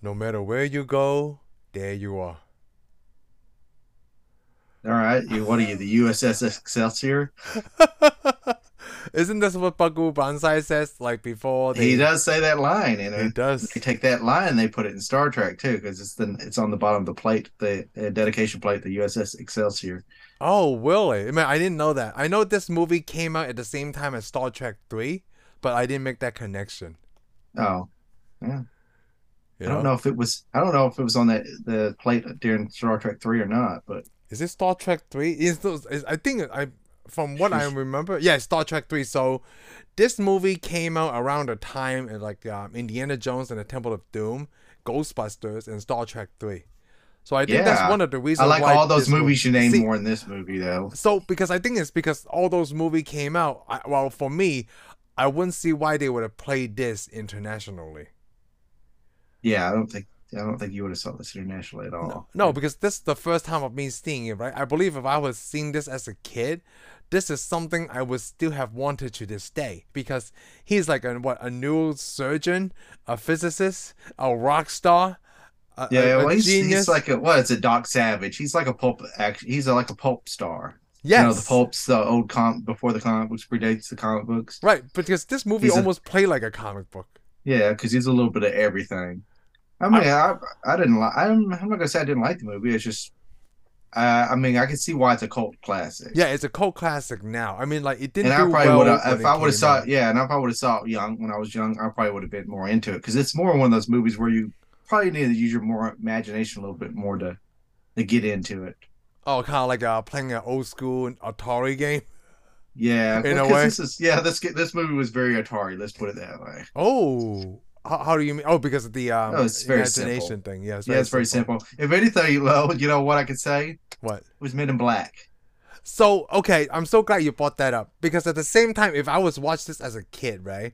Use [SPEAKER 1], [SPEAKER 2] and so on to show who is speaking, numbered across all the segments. [SPEAKER 1] No matter where you go, there you are.
[SPEAKER 2] All right. You, what are you, the USS Excelsior?
[SPEAKER 1] Isn't this what Baku Banzai says? Like before Oh, they
[SPEAKER 2] He does say that line, and
[SPEAKER 1] He
[SPEAKER 2] it-
[SPEAKER 1] does.
[SPEAKER 2] they take that line and they put it in Star Trek too, because it's the it's on the bottom of the plate, the uh, dedication plate, the USS Excelsior.
[SPEAKER 1] Oh, really? I mean, I didn't know that. I know this movie came out at the same time as Star Trek Three, but I didn't make that connection.
[SPEAKER 2] Oh,
[SPEAKER 1] You
[SPEAKER 2] I don't know if it was. I don't know if it was on that the plate during Star Trek Three or not, but
[SPEAKER 1] Is it Star Trek Three? Is those? Is, I think I, from what I
[SPEAKER 2] Sheesh.
[SPEAKER 1] remember, yeah, it's Star Trek Three. So, this movie came out around the time uh, like um, Indiana Jones and the Temple of Doom, Ghostbusters, and Star Trek Three. So I think
[SPEAKER 2] Yeah.
[SPEAKER 1] that's one of the
[SPEAKER 2] I
[SPEAKER 1] reasons.
[SPEAKER 2] like
[SPEAKER 1] why
[SPEAKER 2] all those
[SPEAKER 1] this movie-
[SPEAKER 2] movies you named
[SPEAKER 1] See,
[SPEAKER 2] more in this movie though.
[SPEAKER 1] So because I think it's because all those movie came out. I, well, for me, I wouldn't see why they would have played this internationally.
[SPEAKER 2] Yeah, I don't think I don't think you would have saw this internationally at all.
[SPEAKER 1] No, because this is the first time of me seeing it, right? I believe if I was seeing this as a kid, this is something I would still have wanted to this day because he's like a what a neurosurgeon, a physicist, a rock star, a,
[SPEAKER 2] Yeah,
[SPEAKER 1] a- uh, a
[SPEAKER 2] well, he's, he's
[SPEAKER 1] genius.
[SPEAKER 2] like a what? It's a Doc Savage. He's like a pulp. Act, he's a, like a pulp star.
[SPEAKER 1] yes,
[SPEAKER 2] You know, the pulp's the old comic before the comic books predates the comic books.
[SPEAKER 1] right? Because this movie
[SPEAKER 2] He's a-
[SPEAKER 1] almost played like a comic book.
[SPEAKER 2] Yeah, because he's a little bit of everything. I mean, I, I didn't like. I'm, I'm not gonna say I didn't like the movie. It's just, uh, I mean, I can see why it's a cult classic.
[SPEAKER 1] Yeah, it's a cult classic now. I mean, like it didn't
[SPEAKER 2] and I
[SPEAKER 1] do
[SPEAKER 2] probably
[SPEAKER 1] well
[SPEAKER 2] would
[SPEAKER 1] when
[SPEAKER 2] have if
[SPEAKER 1] it
[SPEAKER 2] I would have
[SPEAKER 1] came
[SPEAKER 2] saw
[SPEAKER 1] out.
[SPEAKER 2] it. Yeah, and I probably would have saw it young when I was young. I probably would have been more into it because it's more one of those movies where you probably need to use your more imagination a little bit more to to get into it.
[SPEAKER 1] Oh, kind of like uh, playing an old school Atari game.
[SPEAKER 2] Yeah,
[SPEAKER 1] In a
[SPEAKER 2] because
[SPEAKER 1] way.
[SPEAKER 2] this is yeah. This this movie was very Atari. Let's put it that way.
[SPEAKER 1] Oh, how, how do you mean? Oh, because of the um,
[SPEAKER 2] Oh, it's very
[SPEAKER 1] imagination
[SPEAKER 2] simple.
[SPEAKER 1] thing. Yeah, it's
[SPEAKER 2] yeah, it's very simple. If anything, low, you know what I could say It
[SPEAKER 1] What?
[SPEAKER 2] was Men in Black.
[SPEAKER 1] So okay, I'm so glad you brought that up because at the same time, if I was watched this as a kid, right?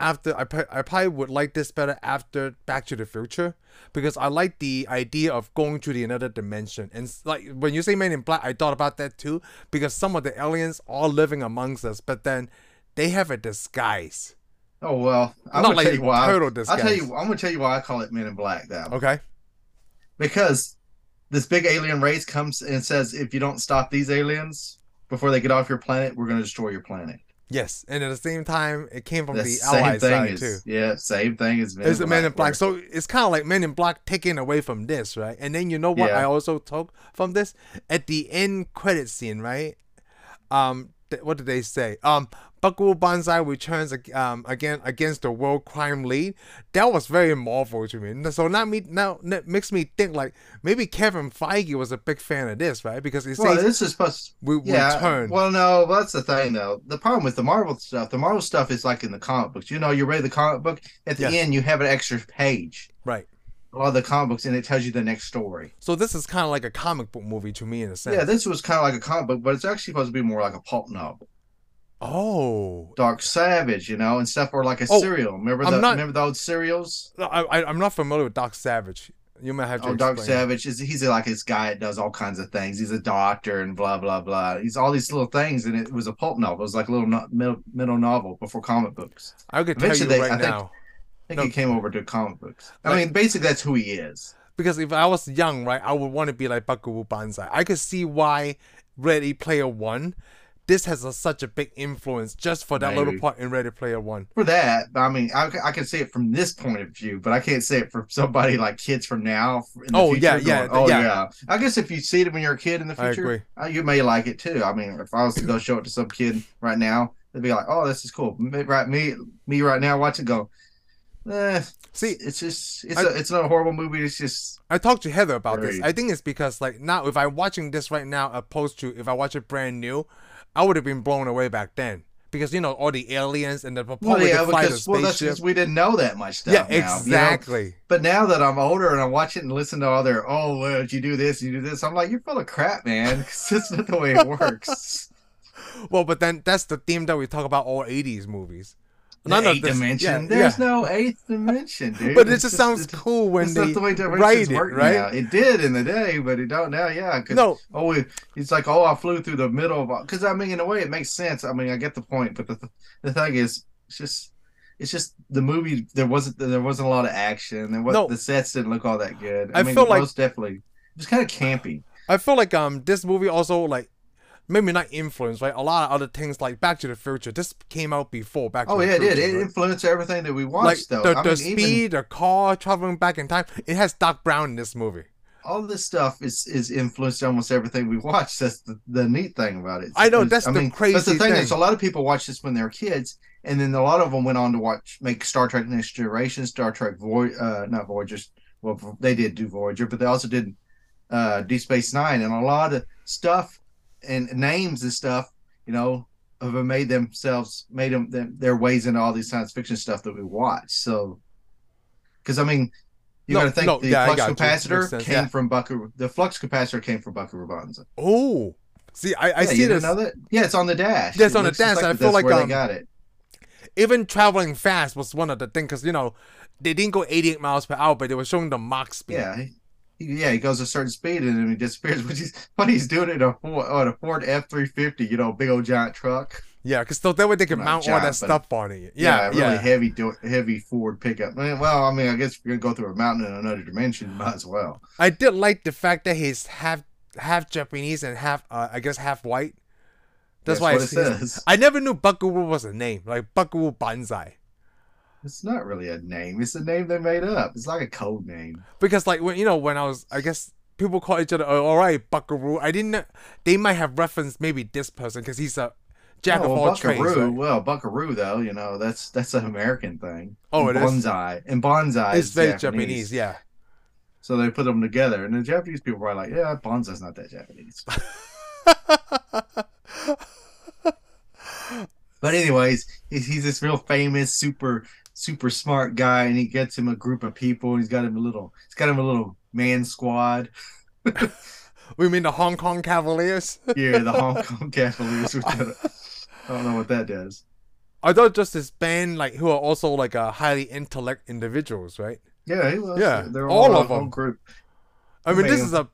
[SPEAKER 1] After I, pr- I probably would like this better after Back to the Future because I like the idea of going to the another dimension and s- like when you say Men in Black, I thought about that too because some of the aliens are living amongst us, but then they have a disguise.
[SPEAKER 2] Oh well, I'm
[SPEAKER 1] Not
[SPEAKER 2] gonna
[SPEAKER 1] like
[SPEAKER 2] tell you why.
[SPEAKER 1] turtle
[SPEAKER 2] I'll
[SPEAKER 1] disguise.
[SPEAKER 2] tell you. I'm gonna tell you why I call it Men in Black though,
[SPEAKER 1] Okay.
[SPEAKER 2] because this big alien race comes and says, if you don't stop these aliens before they get off your planet, we're gonna destroy your planet.
[SPEAKER 1] Yes, and at the same time, it came from
[SPEAKER 2] the
[SPEAKER 1] the
[SPEAKER 2] same
[SPEAKER 1] Allied
[SPEAKER 2] thing
[SPEAKER 1] side
[SPEAKER 2] is
[SPEAKER 1] too.
[SPEAKER 2] yeah, same thing as Men
[SPEAKER 1] It's
[SPEAKER 2] in
[SPEAKER 1] a Men in Black.
[SPEAKER 2] Black.
[SPEAKER 1] So it's kind of like Men in Black taken away from this, right? And then you know what
[SPEAKER 2] Yeah.
[SPEAKER 1] I also took from this at the end credit scene, right? Um, th- what did they say? Um, Buckaroo Banzai returns ag- um again against the world crime lead. That was very Marvel to me. So now me now that makes me think like maybe Kevin Feige was a big fan of this, right? Because he
[SPEAKER 2] Well,
[SPEAKER 1] says
[SPEAKER 2] this is supposed.
[SPEAKER 1] we
[SPEAKER 2] Yeah.
[SPEAKER 1] return.
[SPEAKER 2] Well, no, that's the thing though. The problem with the Marvel stuff, the Marvel stuff is like in the comic books. You know, you read the comic book at the
[SPEAKER 1] Yes.
[SPEAKER 2] end, you have an extra page.
[SPEAKER 1] Right.
[SPEAKER 2] A lot of the comic books, and it tells you the next story.
[SPEAKER 1] so this is kind of like a comic book movie to me in a sense.
[SPEAKER 2] Yeah, this was kind of like a comic book, but it's actually supposed to be more like a pulp novel,
[SPEAKER 1] oh,
[SPEAKER 2] Dark Savage, you know, and stuff, or like a
[SPEAKER 1] Oh,
[SPEAKER 2] serial. Remember
[SPEAKER 1] I'm
[SPEAKER 2] the
[SPEAKER 1] not-
[SPEAKER 2] remember the old serials?
[SPEAKER 1] No, I, I, I'm not familiar with Doc Savage. You might have to.
[SPEAKER 2] Oh, Dark
[SPEAKER 1] explain.
[SPEAKER 2] Savage is he's like this guy that does all kinds of things. He's a doctor and blah blah blah. He's all these little things, and it was a pulp novel. It was like a little no, middle, middle novel before comic books.
[SPEAKER 1] I could tell you
[SPEAKER 2] Eventually,
[SPEAKER 1] right
[SPEAKER 2] I think-
[SPEAKER 1] now
[SPEAKER 2] I think
[SPEAKER 1] No.
[SPEAKER 2] he came over to comic books. I
[SPEAKER 1] Like-
[SPEAKER 2] mean, basically that's who he is.
[SPEAKER 1] because if I was young, right, I would want to be like Bakubu Banzai. I could see why Ready Player One. This has a, such a big influence just for that little
[SPEAKER 2] Maybe.
[SPEAKER 1] part in Ready Player One.
[SPEAKER 2] For that, I mean, I, I can see it from this point of view, but I can't see it from somebody like kids from now. In the
[SPEAKER 1] Oh,
[SPEAKER 2] future
[SPEAKER 1] yeah, yeah,
[SPEAKER 2] going, oh
[SPEAKER 1] yeah.
[SPEAKER 2] I guess if you see it when you're a kid in the
[SPEAKER 1] I
[SPEAKER 2] future,
[SPEAKER 1] agree.
[SPEAKER 2] Uh, you may like it too. I mean, if I was to go show it to some kid right now, they'd be like, "Oh, this is cool." Me, right, me, me right now, watch it go. Eh,
[SPEAKER 1] See,
[SPEAKER 2] it's just it's
[SPEAKER 1] I-
[SPEAKER 2] a, it's not a horrible movie. It's just
[SPEAKER 1] I talked to Heather about this.
[SPEAKER 2] Very-
[SPEAKER 1] I think it's because like now, if I'm watching this right now, opposed to if I watch it brand new, I would have been blown away back then because you know all the aliens and the
[SPEAKER 2] well,
[SPEAKER 1] probably
[SPEAKER 2] yeah,
[SPEAKER 1] the flight of
[SPEAKER 2] uh, because well, that's
[SPEAKER 1] spaceship.
[SPEAKER 2] because we didn't know that much stuff.
[SPEAKER 1] yeah,
[SPEAKER 2] now, you know?
[SPEAKER 1] exactly.
[SPEAKER 2] But now that I'm older and I watch it and listen to all their, oh, well, you do this, you do this, I'm like, you're full of crap, man. 'Cause that's not the way it works.
[SPEAKER 1] Well, but then that's the theme that we talk about all 80s movies.
[SPEAKER 2] The
[SPEAKER 1] None of
[SPEAKER 2] eighth
[SPEAKER 1] this-
[SPEAKER 2] dimension.
[SPEAKER 1] yeah,
[SPEAKER 2] There's
[SPEAKER 1] yeah.
[SPEAKER 2] no eighth dimension, dude.
[SPEAKER 1] But it just
[SPEAKER 2] It's
[SPEAKER 1] sounds
[SPEAKER 2] it's-
[SPEAKER 1] cool when
[SPEAKER 2] It's
[SPEAKER 1] they
[SPEAKER 2] not the way
[SPEAKER 1] write
[SPEAKER 2] directions
[SPEAKER 1] it,
[SPEAKER 2] work
[SPEAKER 1] right?
[SPEAKER 2] now. It did in the day, but it don't now. Yeah, 'cause,
[SPEAKER 1] No,
[SPEAKER 2] oh, it- it's like oh, I flew through the middle of because I mean, in a way, it makes sense. I mean, I get the point, but the th- the thing is, it's just it's just the movie. There wasn't there wasn't a lot of action. There was
[SPEAKER 1] No.
[SPEAKER 2] the sets didn't look all that good. I,
[SPEAKER 1] I
[SPEAKER 2] mean,
[SPEAKER 1] feel like-
[SPEAKER 2] most definitely, it was kind of campy.
[SPEAKER 1] I feel like um this movie also like maybe not influenced right a lot of other things like Back to the Future. This came out before Back to
[SPEAKER 2] Oh
[SPEAKER 1] the
[SPEAKER 2] yeah, it
[SPEAKER 1] Future.
[SPEAKER 2] did. It
[SPEAKER 1] right?
[SPEAKER 2] influenced everything that we
[SPEAKER 1] like
[SPEAKER 2] watched, though.
[SPEAKER 1] the,
[SPEAKER 2] I
[SPEAKER 1] the
[SPEAKER 2] mean, even
[SPEAKER 1] speed, the car traveling back in time. It has Doc Brown in this movie.
[SPEAKER 2] all this stuff is is influenced almost everything we watch. That's the, the neat thing about it.
[SPEAKER 1] I know, that's the
[SPEAKER 2] That's the
[SPEAKER 1] crazy
[SPEAKER 2] thing.
[SPEAKER 1] thing.
[SPEAKER 2] Is a lot of people watch this when they're kids, and then a lot of them went on to watch make Star Trek Next Generation, Star Trek Voy, uh, not Voyagers. Well, Vo- they did do Voyager, but they also did uh, Deep Space Nine, and a lot of stuff and names and stuff. You know, have made themselves made them, them their ways into all these science fiction stuff that we watch. So, because I mean. You
[SPEAKER 1] No,
[SPEAKER 2] got to think
[SPEAKER 1] no,
[SPEAKER 2] the
[SPEAKER 1] yeah, I
[SPEAKER 2] flux
[SPEAKER 1] got you.
[SPEAKER 2] capacitor
[SPEAKER 1] Makes sense,
[SPEAKER 2] came
[SPEAKER 1] yeah.
[SPEAKER 2] from Buckaroo. The flux capacitor came from Buckaroo Banzai.
[SPEAKER 1] Oh, see, I, I
[SPEAKER 2] yeah,
[SPEAKER 1] see
[SPEAKER 2] you didn't
[SPEAKER 1] this.
[SPEAKER 2] know that? Yeah, it's on the dash.
[SPEAKER 1] Yeah, it's
[SPEAKER 2] It
[SPEAKER 1] on the
[SPEAKER 2] looks just
[SPEAKER 1] dash, and I
[SPEAKER 2] that.
[SPEAKER 1] feel
[SPEAKER 2] That's
[SPEAKER 1] like,
[SPEAKER 2] where
[SPEAKER 1] um,
[SPEAKER 2] they got it.
[SPEAKER 1] Even traveling fast was one of the things because you know they didn't go 88 miles per hour, but they were showing the mock speed.
[SPEAKER 2] Yeah, he, he- yeah, he goes a certain speed and then he disappears. Which is what he's doing in a Ford, on a Ford F three fifty. You know, big old giant truck.
[SPEAKER 1] yeah, because so that way they could
[SPEAKER 2] Not
[SPEAKER 1] mount all
[SPEAKER 2] giant,
[SPEAKER 1] that
[SPEAKER 2] but-
[SPEAKER 1] stuff on it. Yeah,
[SPEAKER 2] really
[SPEAKER 1] yeah.
[SPEAKER 2] heavy, do- heavy Ford pickup. Man, Well, I mean, I guess if you're gonna go through a mountain in another dimension, might as well.
[SPEAKER 1] I did like the fact that he's half half Japanese and half uh, I guess half white. That's why
[SPEAKER 2] what
[SPEAKER 1] I
[SPEAKER 2] it
[SPEAKER 1] see it.
[SPEAKER 2] says.
[SPEAKER 1] I never knew Buckaroo was a name, like Buckaroo Banzai.
[SPEAKER 2] It's not really a name. It's a name they made up. It's like a code name.
[SPEAKER 1] Because like when you know when I was I guess people call each other oh, all right Buckaroo. I didn't. know- They might have referenced maybe this person because he's a jack
[SPEAKER 2] Oh,
[SPEAKER 1] of
[SPEAKER 2] well,
[SPEAKER 1] all
[SPEAKER 2] buckaroo,
[SPEAKER 1] trades. right?
[SPEAKER 2] Well, buckaroo though, you know that's that's an American thing.
[SPEAKER 1] Oh,
[SPEAKER 2] and
[SPEAKER 1] it is?
[SPEAKER 2] bonsai and bonsai
[SPEAKER 1] It's
[SPEAKER 2] is
[SPEAKER 1] very
[SPEAKER 2] Japanese.
[SPEAKER 1] Japanese. Yeah.
[SPEAKER 2] So they put them together, and the Japanese people were like, "Yeah, bonsai's not that Japanese." But anyways, he's, he's this real famous, super super smart guy, and he gets him a group of people. And he's got him a little, he's got him a little man squad.
[SPEAKER 1] we mean the Hong Kong Cavaliers.
[SPEAKER 2] Yeah, the Hong Kong Cavaliers. Which I don't, I don't know what that does.
[SPEAKER 1] I thought just this band like who are also like uh, highly intellect individuals, right?
[SPEAKER 2] Yeah, he was.
[SPEAKER 1] Yeah,
[SPEAKER 2] they're
[SPEAKER 1] all
[SPEAKER 2] all,
[SPEAKER 1] of
[SPEAKER 2] a whole
[SPEAKER 1] them.
[SPEAKER 2] group.
[SPEAKER 1] I mean, this
[SPEAKER 2] Man.
[SPEAKER 1] is a.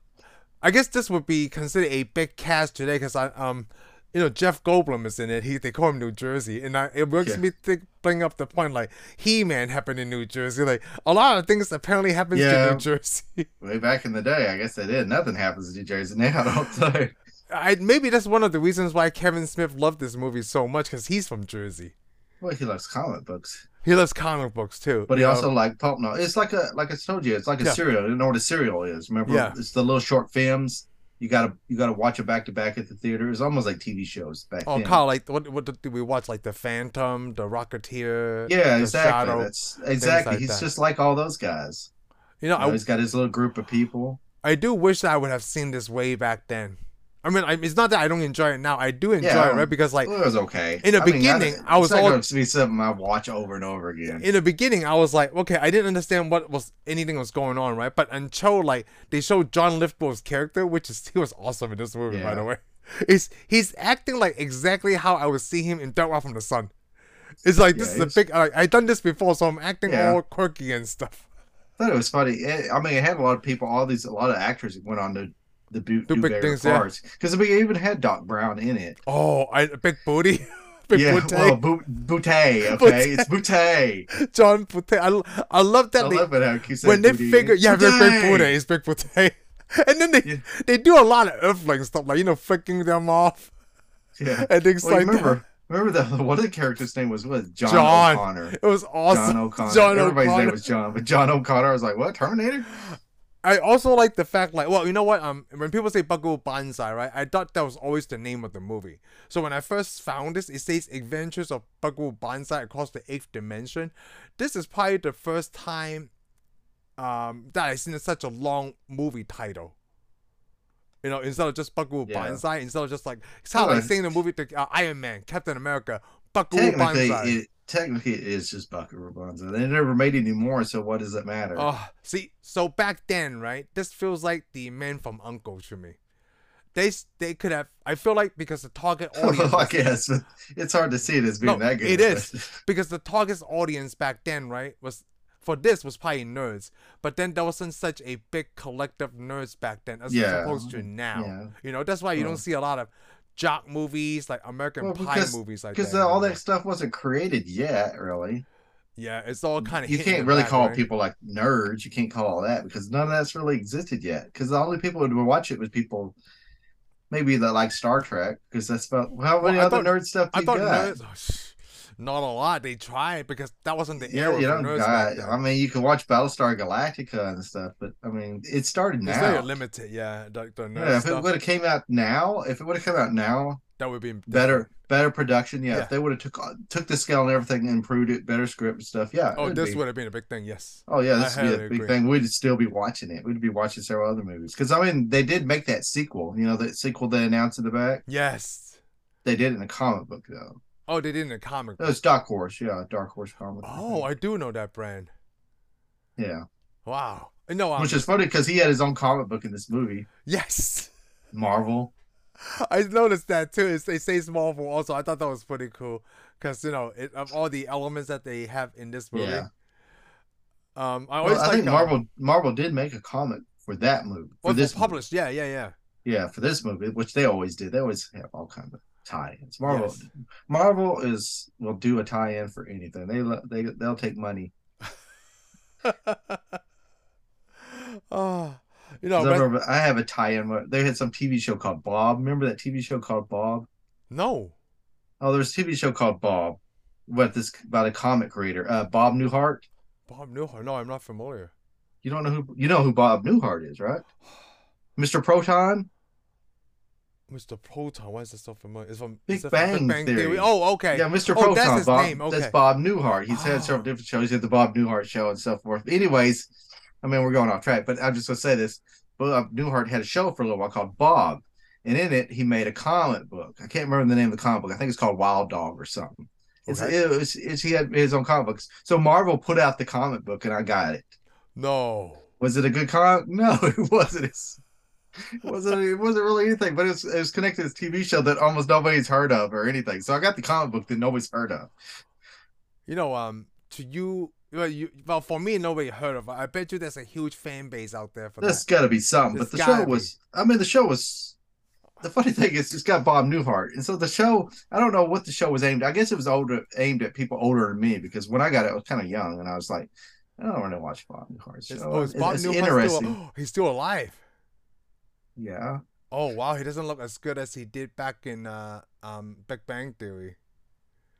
[SPEAKER 1] I guess this would be considered a big cast today because I um, you know Jeff Goldblum is in it. He they call him New Jersey, and I, it makes
[SPEAKER 2] Yeah.
[SPEAKER 1] me think bring up the point like He Man happened in New Jersey. Like a lot of things apparently happens to
[SPEAKER 2] Yeah.
[SPEAKER 1] New Jersey.
[SPEAKER 2] Way back in the day, I guess they did. Nothing happens to New Jersey now. I don't think.
[SPEAKER 1] I maybe that's one of the reasons why Kevin Smith loved this movie so much because he's from Jersey.
[SPEAKER 2] Well, he loves comic books,
[SPEAKER 1] He loves comic books too.
[SPEAKER 2] but he
[SPEAKER 1] you know?
[SPEAKER 2] also like pulp novels. It's like a like I told you, it's like a
[SPEAKER 1] Yeah.
[SPEAKER 2] serial. You know what a serial is? Remember,
[SPEAKER 1] Yeah.
[SPEAKER 2] it's the little short films. You gotta you gotta watch it back to back at the theater. It's almost like TV shows back
[SPEAKER 1] Oh,
[SPEAKER 2] then.
[SPEAKER 1] Kyle, like what? What did we watch? Like the Phantom, the Rocketeer.
[SPEAKER 2] yeah,
[SPEAKER 1] The
[SPEAKER 2] exactly.
[SPEAKER 1] Shadow,
[SPEAKER 2] That's exactly.
[SPEAKER 1] like
[SPEAKER 2] He's
[SPEAKER 1] that.
[SPEAKER 2] just like all those guys.
[SPEAKER 1] You know,
[SPEAKER 2] You know,
[SPEAKER 1] I,
[SPEAKER 2] he's got his little group of people.
[SPEAKER 1] I do wish that I would have seen this way back then. I mean, I, it's not that I don't enjoy it now. I do enjoy
[SPEAKER 2] Yeah, Mm.
[SPEAKER 1] it, right? Because like
[SPEAKER 2] Well, it was okay
[SPEAKER 1] in the
[SPEAKER 2] I mean,
[SPEAKER 1] beginning, I was
[SPEAKER 2] it's not
[SPEAKER 1] all-
[SPEAKER 2] going to be something I watch over and over again.
[SPEAKER 1] in the beginning, I was like, okay, I didn't understand what was anything was going on, right? But until like they showed John Lithgow's character, which is he was awesome in this movie, by
[SPEAKER 2] Yeah.
[SPEAKER 1] the way. He's he's acting like exactly how I would see him in Dark Ride from the Sun. It's like this
[SPEAKER 2] Yeah,
[SPEAKER 1] is a
[SPEAKER 2] he's-
[SPEAKER 1] big. I I done this before, so I'm acting
[SPEAKER 2] Yeah.
[SPEAKER 1] all quirky and stuff.
[SPEAKER 2] I thought it was funny. It- I mean, it had a lot of people, all these, a lot of actors that went on to the do,
[SPEAKER 1] Do
[SPEAKER 2] do
[SPEAKER 1] big
[SPEAKER 2] bigger
[SPEAKER 1] things, yeah.
[SPEAKER 2] parts because mean, it even had Doc Brown in it.
[SPEAKER 1] Oh, I big booty, big
[SPEAKER 2] yeah,
[SPEAKER 1] booty,
[SPEAKER 2] well, boot, bootay. Okay, it's bootay.
[SPEAKER 1] John booty. I, l- I love that
[SPEAKER 2] I
[SPEAKER 1] they
[SPEAKER 2] love it how it keeps
[SPEAKER 1] when they
[SPEAKER 2] saying booty.
[SPEAKER 1] figure yeah they're big
[SPEAKER 2] Bootay!
[SPEAKER 1] Buddha is big Buddha. and then they
[SPEAKER 2] Yeah.
[SPEAKER 1] they do a lot of earthling stuff like you know flicking them off
[SPEAKER 2] Yeah.
[SPEAKER 1] and things
[SPEAKER 2] Well, Oh, you
[SPEAKER 1] like
[SPEAKER 2] remember, remember the one of the characters' name was was John,
[SPEAKER 1] John.
[SPEAKER 2] O'Connor.
[SPEAKER 1] that. It was
[SPEAKER 2] John
[SPEAKER 1] awesome.
[SPEAKER 2] O'Connor.
[SPEAKER 1] John
[SPEAKER 2] Everybody's
[SPEAKER 1] O'Connor.
[SPEAKER 2] name was John, but John O'Connor. I was like, what Terminator?
[SPEAKER 1] I also like the fact like well you know what um when people say Buckaroo Banzai right I thought that was always the name of the movie. So when I first found this it says Adventures of Buckaroo Banzai across the eighth dimension. This is probably the first time um that I've seen such a long movie title. You know, instead of just Buckaroo
[SPEAKER 2] Yeah.
[SPEAKER 1] Banzai, instead of just like it's how
[SPEAKER 2] Well,
[SPEAKER 1] like
[SPEAKER 2] I-
[SPEAKER 1] saying the movie to uh, Iron Man, Captain America, Buckaroo
[SPEAKER 2] Technically,
[SPEAKER 1] Banzai.
[SPEAKER 2] it technically it is just Buckaroo Banzai. They never made any more, so what does it matter?
[SPEAKER 1] Oh, see, so back then, right? This feels like the man from Uncle to me. They s- they could have. I feel like because the target audience,
[SPEAKER 2] I guess, but it's hard to see it as being
[SPEAKER 1] No,
[SPEAKER 2] that good.
[SPEAKER 1] it is.
[SPEAKER 2] but-
[SPEAKER 1] because the target audience back then, right, was for this was probably nerds. But then there wasn't such a big collective nerds back then as
[SPEAKER 2] Yeah.
[SPEAKER 1] opposed to now.
[SPEAKER 2] Yeah.
[SPEAKER 1] You know, that's why you
[SPEAKER 2] Well.
[SPEAKER 1] don't see a lot of jock movies like American
[SPEAKER 2] Well,
[SPEAKER 1] Pie
[SPEAKER 2] because-
[SPEAKER 1] movies like that.
[SPEAKER 2] Because
[SPEAKER 1] you
[SPEAKER 2] uh, all
[SPEAKER 1] know?
[SPEAKER 2] that stuff wasn't created yet, really.
[SPEAKER 1] Yeah, it's all kind of
[SPEAKER 2] you can't really call people like nerds. You can't call all that because none of that's really existed yet. Because the only people who would watch it was people maybe that like Star Trek because that's about how many
[SPEAKER 1] I
[SPEAKER 2] other
[SPEAKER 1] thought-
[SPEAKER 2] nerd stuff
[SPEAKER 1] I
[SPEAKER 2] you
[SPEAKER 1] thought
[SPEAKER 2] got.
[SPEAKER 1] nerds. not a lot. They tried because that wasn't the
[SPEAKER 2] yeah,
[SPEAKER 1] era
[SPEAKER 2] you
[SPEAKER 1] for
[SPEAKER 2] don't
[SPEAKER 1] nerds.
[SPEAKER 2] got.
[SPEAKER 1] back
[SPEAKER 2] I
[SPEAKER 1] then.
[SPEAKER 2] mean, you can watch Battlestar Galactica and stuff, but I mean, it started
[SPEAKER 1] It's very
[SPEAKER 2] now.
[SPEAKER 1] limited. Yeah, like the nerd
[SPEAKER 2] Yeah, if it
[SPEAKER 1] stuff.
[SPEAKER 2] would have came out now, if it would have come out now,
[SPEAKER 1] that would be
[SPEAKER 2] better better production yeah,
[SPEAKER 1] Yeah.
[SPEAKER 2] if they would have took took the scale and everything and improved it better script and stuff yeah
[SPEAKER 1] Oh,
[SPEAKER 2] it'd
[SPEAKER 1] this
[SPEAKER 2] be-
[SPEAKER 1] would have been a big thing. Yes.
[SPEAKER 2] oh yeah
[SPEAKER 1] I
[SPEAKER 2] this would be a
[SPEAKER 1] highly
[SPEAKER 2] big
[SPEAKER 1] agree.
[SPEAKER 2] thing we'd still be watching it we'd be watching several other movies because i mean they did make that sequel you know that sequel they announced in the back
[SPEAKER 1] Yes.
[SPEAKER 2] they did it in a comic book though
[SPEAKER 1] Oh, they did in a comic.
[SPEAKER 2] it
[SPEAKER 1] book.
[SPEAKER 2] was dark horse yeah dark horse comic I
[SPEAKER 1] Oh,
[SPEAKER 2] think.
[SPEAKER 1] I do know that brand.
[SPEAKER 2] yeah
[SPEAKER 1] Wow. No, I'm
[SPEAKER 2] which is funny because he had his own comic book in this movie
[SPEAKER 1] yes.
[SPEAKER 2] marvel
[SPEAKER 1] I noticed that too. It's, they say Marvel also. I thought that was pretty cool because you know it, of all the elements that they have in this movie.
[SPEAKER 2] Yeah.
[SPEAKER 1] Um, I
[SPEAKER 2] Well,
[SPEAKER 1] always
[SPEAKER 2] i
[SPEAKER 1] like
[SPEAKER 2] think
[SPEAKER 1] uh,
[SPEAKER 2] marvel marvel did make a comic for that movie for
[SPEAKER 1] well,
[SPEAKER 2] this movie.
[SPEAKER 1] published. Yeah, yeah, yeah.
[SPEAKER 2] Yeah, for this movie, which they always do. They always have all kinds of tie-ins. Marvel,
[SPEAKER 1] Yes.
[SPEAKER 2] Marvel is will do a tie-in for anything. They lo- they they'll take money.
[SPEAKER 1] oh, you
[SPEAKER 2] 'Cause
[SPEAKER 1] know,
[SPEAKER 2] I,
[SPEAKER 1] but-
[SPEAKER 2] remember, I have a tie-in. where- They had some TV show called Bob. Remember that TV show called Bob?
[SPEAKER 1] no.
[SPEAKER 2] Oh, there's a TV show called Bob, but this about a comic creator, uh, Bob Newhart.
[SPEAKER 1] Bob Newhart. No, I'm not familiar.
[SPEAKER 2] You don't know who you know who Bob Newhart is, right? Mr. Proton.
[SPEAKER 1] Mr. Proton. Why is this so familiar? It's from
[SPEAKER 2] Big
[SPEAKER 1] is it from
[SPEAKER 2] Bang Theory.
[SPEAKER 1] Oh, okay.
[SPEAKER 2] Yeah, Mr.
[SPEAKER 1] Oh,
[SPEAKER 2] Proton.
[SPEAKER 1] that's his
[SPEAKER 2] Bob,
[SPEAKER 1] name. Okay.
[SPEAKER 2] That's Bob Newhart. He's
[SPEAKER 1] Oh.
[SPEAKER 2] had several different shows. He had the Bob Newhart show and so forth. Anyways, I mean, we're going off track, but I'm just going to say this. Bob Newhart had a show for a little while called Bob. And in it, he made a comic book. I can't remember the name of the comic book. I think it's called Wild Dog or something. It's,
[SPEAKER 1] Okay.
[SPEAKER 2] it was, it's, he had his own comic books. So Marvel put out the comic book and I got it.
[SPEAKER 1] No.
[SPEAKER 2] Was it a good comic? No, it wasn't. It's, it wasn't. It wasn't really anything. But it was, it was connected to this TV show that almost nobody's heard of or anything. So I got the comic book that nobody's heard of.
[SPEAKER 1] You know, um, to you, well, you, well, for me, nobody heard of. it. I bet you there's a huge fan base out there for
[SPEAKER 2] That's
[SPEAKER 1] that.
[SPEAKER 2] got to be something.
[SPEAKER 1] It's
[SPEAKER 2] But the
[SPEAKER 1] gotta
[SPEAKER 2] show
[SPEAKER 1] be.
[SPEAKER 2] was. I mean, the show was. The funny thing is, it's got Bob Newhart, and so the show. I don't know what the show was aimed. I guess it was older, aimed at people older than me because when I got it, I was kind of young, and I was like, I don't want to watch Bob Newhart's show.
[SPEAKER 1] It's, oh, is
[SPEAKER 2] It-
[SPEAKER 1] Bob
[SPEAKER 2] it's
[SPEAKER 1] Newhart
[SPEAKER 2] interesting.
[SPEAKER 1] still? he's still alive.
[SPEAKER 2] Yeah,
[SPEAKER 1] Oh wow, he doesn't look as good as he did back in uh, um, Big Bang Theory.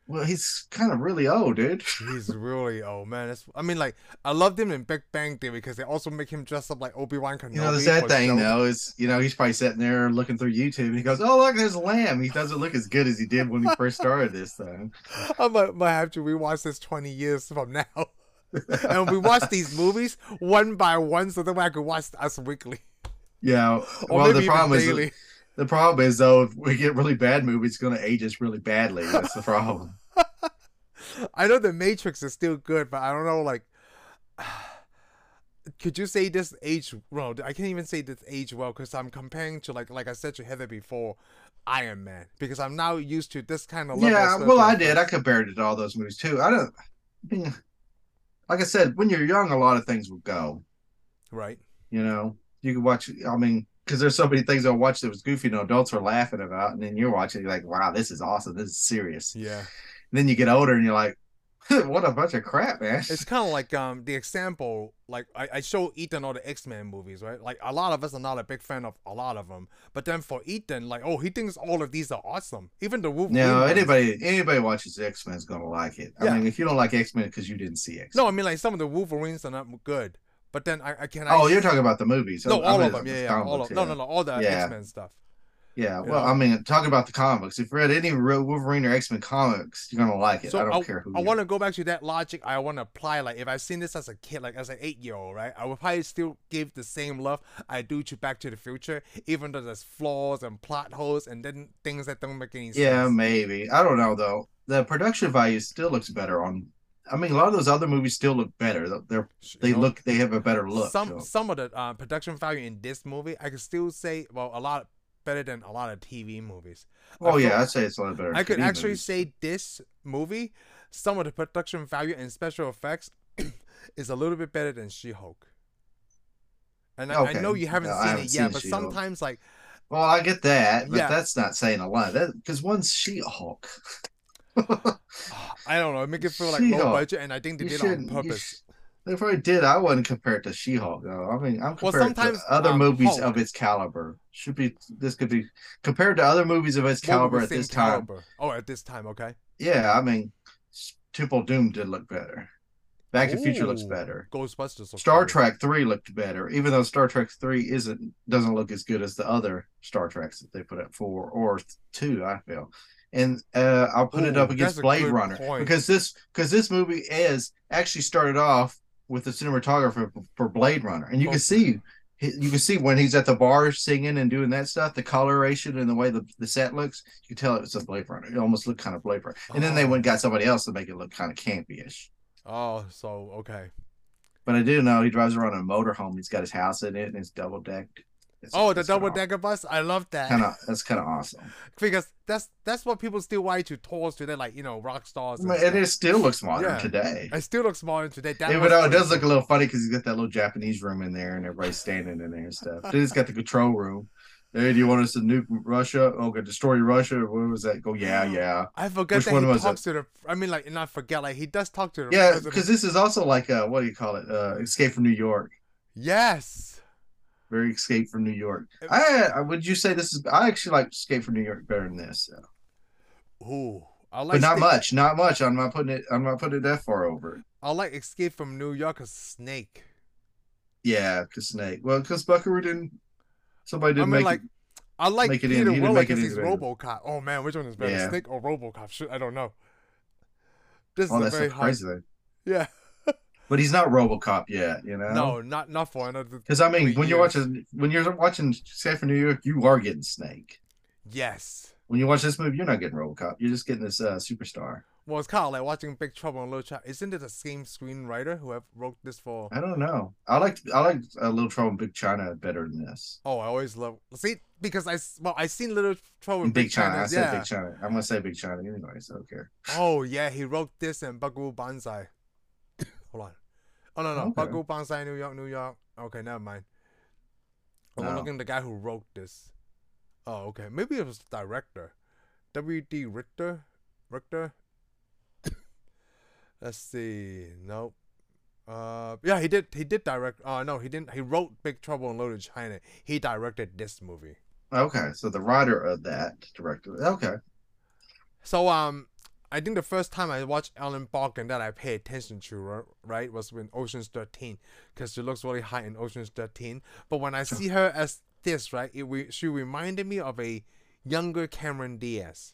[SPEAKER 2] well, he's kind of really old, dude.
[SPEAKER 1] He's really oh man. That's, I mean, like I loved him in Big Bang Theory because they also make him dress up like Obi Wan Kenobi.
[SPEAKER 2] You know, the sad
[SPEAKER 1] for
[SPEAKER 2] thing
[SPEAKER 1] show.
[SPEAKER 2] though is, you know, he's probably sitting there looking through YouTube and he goes, Oh, look, there's Lamb. He doesn't look as good as he did when he first started this thing.
[SPEAKER 1] I might, might have to rewatch this 20 years from now. and we watch these movies one by one so that way I could watch us weekly.
[SPEAKER 2] Yeah.
[SPEAKER 1] Or
[SPEAKER 2] well,
[SPEAKER 1] maybe
[SPEAKER 2] the problem
[SPEAKER 1] even
[SPEAKER 2] is,
[SPEAKER 1] daily.
[SPEAKER 2] the problem is, though, if we get really bad movies, it's going to age us really badly. That's the problem.
[SPEAKER 1] I know The Matrix is still good, but I don't know, like. Could you say this age well? I can't even say this age well because I'm comparing to like like I said to Heather before, Iron Man because I'm now used to this kind of level.
[SPEAKER 2] yeah.
[SPEAKER 1] of stuff
[SPEAKER 2] Well,
[SPEAKER 1] that-
[SPEAKER 2] I did. I compared it to all those movies, too. I don't, I mean, like I said, when you're young, a lot of things will go.
[SPEAKER 1] right.
[SPEAKER 2] You know, you can watch, I mean, because there's so many things I watched that was goofy and adults were laughing about. And then you're watching, you're like, wow, this is awesome. This is serious.
[SPEAKER 1] Yeah,
[SPEAKER 2] And then you get older and you're like, what a bunch of crap, man.
[SPEAKER 1] it's kind of like um the example like I, I show Ethan all the X Men movies, right? Like a lot of us are not a big fan of a lot of them, but then for Ethan, like oh he thinks all of these are awesome, even the Wolverine.
[SPEAKER 2] no,
[SPEAKER 1] ones.
[SPEAKER 2] anybody anybody watches X Men is gonna like it.
[SPEAKER 1] Yeah.
[SPEAKER 2] I mean, if you don't like X Men because you didn't see X.
[SPEAKER 1] No, I mean like some of the Wolverines are not good, but then I, I can.
[SPEAKER 2] Oh,
[SPEAKER 1] I-
[SPEAKER 2] you're talking about the movies.
[SPEAKER 1] No,
[SPEAKER 2] I
[SPEAKER 1] all
[SPEAKER 2] mean,
[SPEAKER 1] of them.
[SPEAKER 2] the
[SPEAKER 1] Yeah, yeah.
[SPEAKER 2] comic
[SPEAKER 1] All of,
[SPEAKER 2] books,
[SPEAKER 1] no, no, no. All the
[SPEAKER 2] Yeah.
[SPEAKER 1] X Men stuff.
[SPEAKER 2] Yeah,
[SPEAKER 1] You
[SPEAKER 2] well,
[SPEAKER 1] know.
[SPEAKER 2] I mean, talking about the comics. If you read any real Wolverine or X Men comics, you're gonna like it.
[SPEAKER 1] So
[SPEAKER 2] I
[SPEAKER 1] I-
[SPEAKER 2] don't care who.
[SPEAKER 1] I
[SPEAKER 2] you-
[SPEAKER 1] want to go back to that logic. I want to apply like if I've seen this as a kid, like as an eight year old, right? I would probably still give the same love I do to Back to the Future, even though there's flaws and plot holes and then things that don't make any sense.
[SPEAKER 2] Yeah, um, maybe. I don't know though. The production value still looks better on. I mean, a lot of those other movies still look better. They're
[SPEAKER 1] Sh-
[SPEAKER 2] they
[SPEAKER 1] you know?
[SPEAKER 2] look they have a better look.
[SPEAKER 1] some
[SPEAKER 2] so.
[SPEAKER 1] some of the uh, production value in this movie, I could still say well a lot better than a lot of TV movies. I
[SPEAKER 2] Oh
[SPEAKER 1] feel-
[SPEAKER 2] yeah, I'd say it's a lot better.
[SPEAKER 1] I
[SPEAKER 2] than
[SPEAKER 1] could
[SPEAKER 2] TV
[SPEAKER 1] actually
[SPEAKER 2] movies.
[SPEAKER 1] say this movie, some of the production value and special effects is a little bit better than She Hulk. And I, I know
[SPEAKER 2] Okay.
[SPEAKER 1] you haven't
[SPEAKER 2] No, I
[SPEAKER 1] seen
[SPEAKER 2] haven't
[SPEAKER 1] it yet,
[SPEAKER 2] seen
[SPEAKER 1] but
[SPEAKER 2] She-Hulk.
[SPEAKER 1] sometimes like
[SPEAKER 2] Well, I get that, but
[SPEAKER 1] Yeah.
[SPEAKER 2] that's not saying a lot. That because one's She Hulk.
[SPEAKER 1] I don't know. Make it feel like low
[SPEAKER 2] She-Hulk.
[SPEAKER 1] budget, and I think they
[SPEAKER 2] You
[SPEAKER 1] did it on
[SPEAKER 2] shouldn't- you
[SPEAKER 1] purpose.
[SPEAKER 2] They probably did. I wouldn't compare it to She-Hulk though. I mean, I'm
[SPEAKER 1] Well,
[SPEAKER 2] comparing it
[SPEAKER 1] sometimes,
[SPEAKER 2] to other
[SPEAKER 1] um,
[SPEAKER 2] movies
[SPEAKER 1] Hulk-
[SPEAKER 2] of its caliber. Should be this could be compared to other movies of its
[SPEAKER 1] What would
[SPEAKER 2] caliber
[SPEAKER 1] we
[SPEAKER 2] at
[SPEAKER 1] say
[SPEAKER 2] this time.
[SPEAKER 1] caliber? Oh, at this time, okay.
[SPEAKER 2] Yeah, I mean, S- Temple of Doom did look better. Back to the Future looks
[SPEAKER 1] Ooh,
[SPEAKER 2] better.
[SPEAKER 1] Ghostbusters. looks
[SPEAKER 2] Star
[SPEAKER 1] better.
[SPEAKER 2] Trek Three looked better, even though Star Trek Three isn't doesn't look as good as the other Star Treks that they put up four or th- two. I feel, and uh, I'll put it
[SPEAKER 1] Ooh,
[SPEAKER 2] up
[SPEAKER 1] that's
[SPEAKER 2] against
[SPEAKER 1] a
[SPEAKER 2] Blade
[SPEAKER 1] good
[SPEAKER 2] Runner
[SPEAKER 1] point.
[SPEAKER 2] because this because this movie is actually started off with the cinematographer f- for Blade Runner, and you
[SPEAKER 1] Oh.
[SPEAKER 2] can see he- you can see when he's at the bar singing and doing that stuff, the coloration and the way the, the set looks, you can tell it's a Blade Runner. It almost looked kind of Blade Runner, and then they
[SPEAKER 1] Oh.
[SPEAKER 2] went and got somebody else to make it look kind of campy-ish.
[SPEAKER 1] Oh, so okay.
[SPEAKER 2] But I do know he drives around in a motorhome. He's got his house in it and it's double decked.
[SPEAKER 1] Oh, the double decker bus. I love that.
[SPEAKER 2] Kind of that's kind of awesome.
[SPEAKER 1] because that's that's what people still wear to tours today, like you know, rock stars.
[SPEAKER 2] I
[SPEAKER 1] And
[SPEAKER 2] mean,
[SPEAKER 1] stuff.
[SPEAKER 2] and it still looks modern
[SPEAKER 1] Yeah.
[SPEAKER 2] today.
[SPEAKER 1] I still look smaller today. That
[SPEAKER 2] Even
[SPEAKER 1] was
[SPEAKER 2] though it
[SPEAKER 1] pretty
[SPEAKER 2] does look a
[SPEAKER 1] cool.
[SPEAKER 2] little funny because he's got that little Japanese room in there and everybody's standing in there and stuff. Then it's got the control room. Hey, do you want us to nuke Russia? Oh, go destroy Russia? Or what was that? Go, yeah, yeah.
[SPEAKER 1] I forget
[SPEAKER 2] Which
[SPEAKER 1] that
[SPEAKER 2] one
[SPEAKER 1] he
[SPEAKER 2] was
[SPEAKER 1] talks to the. I mean, like, not forget, like he does talk to the.
[SPEAKER 2] Yeah,
[SPEAKER 1] president.
[SPEAKER 2] because this is also like, uh, what do you call it? Uh, Escape from New York.
[SPEAKER 1] yes,
[SPEAKER 2] Very Escape from New York. I, I Would you say this is, I actually like Escape from New York better than this. so.
[SPEAKER 1] ooh, I like
[SPEAKER 2] but not
[SPEAKER 1] Snake-
[SPEAKER 2] much, not much. I'm not putting it. I'm not putting it that far over. it.
[SPEAKER 1] I like Escape from New York. A snake.
[SPEAKER 2] Yeah, because Snake. Well, because Buckaroo didn't. Somebody
[SPEAKER 1] I
[SPEAKER 2] didn't
[SPEAKER 1] mean,
[SPEAKER 2] make.
[SPEAKER 1] like,
[SPEAKER 2] it.
[SPEAKER 1] I like
[SPEAKER 2] make it in.
[SPEAKER 1] Peter
[SPEAKER 2] He didn't
[SPEAKER 1] Weller
[SPEAKER 2] make it
[SPEAKER 1] because he's
[SPEAKER 2] in either.
[SPEAKER 1] RoboCop. Oh man, which one is better,
[SPEAKER 2] Yeah.
[SPEAKER 1] Snake or RoboCop? Shit, I don't know. This
[SPEAKER 2] oh,
[SPEAKER 1] is a
[SPEAKER 2] that's
[SPEAKER 1] very
[SPEAKER 2] so
[SPEAKER 1] hard.
[SPEAKER 2] crazy. Though.
[SPEAKER 1] Yeah,
[SPEAKER 2] But he's not RoboCop yet, you know.
[SPEAKER 1] no, not not for another.
[SPEAKER 2] Because I mean,
[SPEAKER 1] Three
[SPEAKER 2] when you're
[SPEAKER 1] years.
[SPEAKER 2] watching, when you're watching Escape from New York, you are getting Snake.
[SPEAKER 1] Yes.
[SPEAKER 2] When you watch this movie, you're not getting RoboCop. You're just getting this uh, superstar.
[SPEAKER 1] Well, it's kind of like watching Big Trouble in Little China. Isn't it the same screenwriter who have wrote this for?
[SPEAKER 2] I don't know. I like I like uh, Little Trouble in Big China better than this.
[SPEAKER 1] Oh, I always love see because I s- well I seen Little Trouble in
[SPEAKER 2] Big, China. I said
[SPEAKER 1] yeah.
[SPEAKER 2] Big China. I'm gonna say Big China anyway, so I don't care.
[SPEAKER 1] Oh yeah, he wrote this and Buckaroo Banzai. Hold on. Oh no no,
[SPEAKER 2] Okay.
[SPEAKER 1] Buckaroo Banzai, New York, New York. Okay, never mind. Oh, I'm
[SPEAKER 2] Oh.
[SPEAKER 1] looking at the guy who wrote this. Oh okay, maybe it was the director, W. D. Richter. Richter. Let's see. Nope. Uh, yeah, he did. He did direct. Uh, no, he didn't. He wrote Big Trouble in Little China. He directed this movie.
[SPEAKER 2] Okay, so the writer of that director. Okay,
[SPEAKER 1] So um, I think the first time I watched Ellen Barkin that I paid attention to ri- right was when Ocean's Thirteen, because she looks really hot in Ocean's Thirteen. But when I see her as this, right, it re- she reminded me of a younger Cameron Diaz.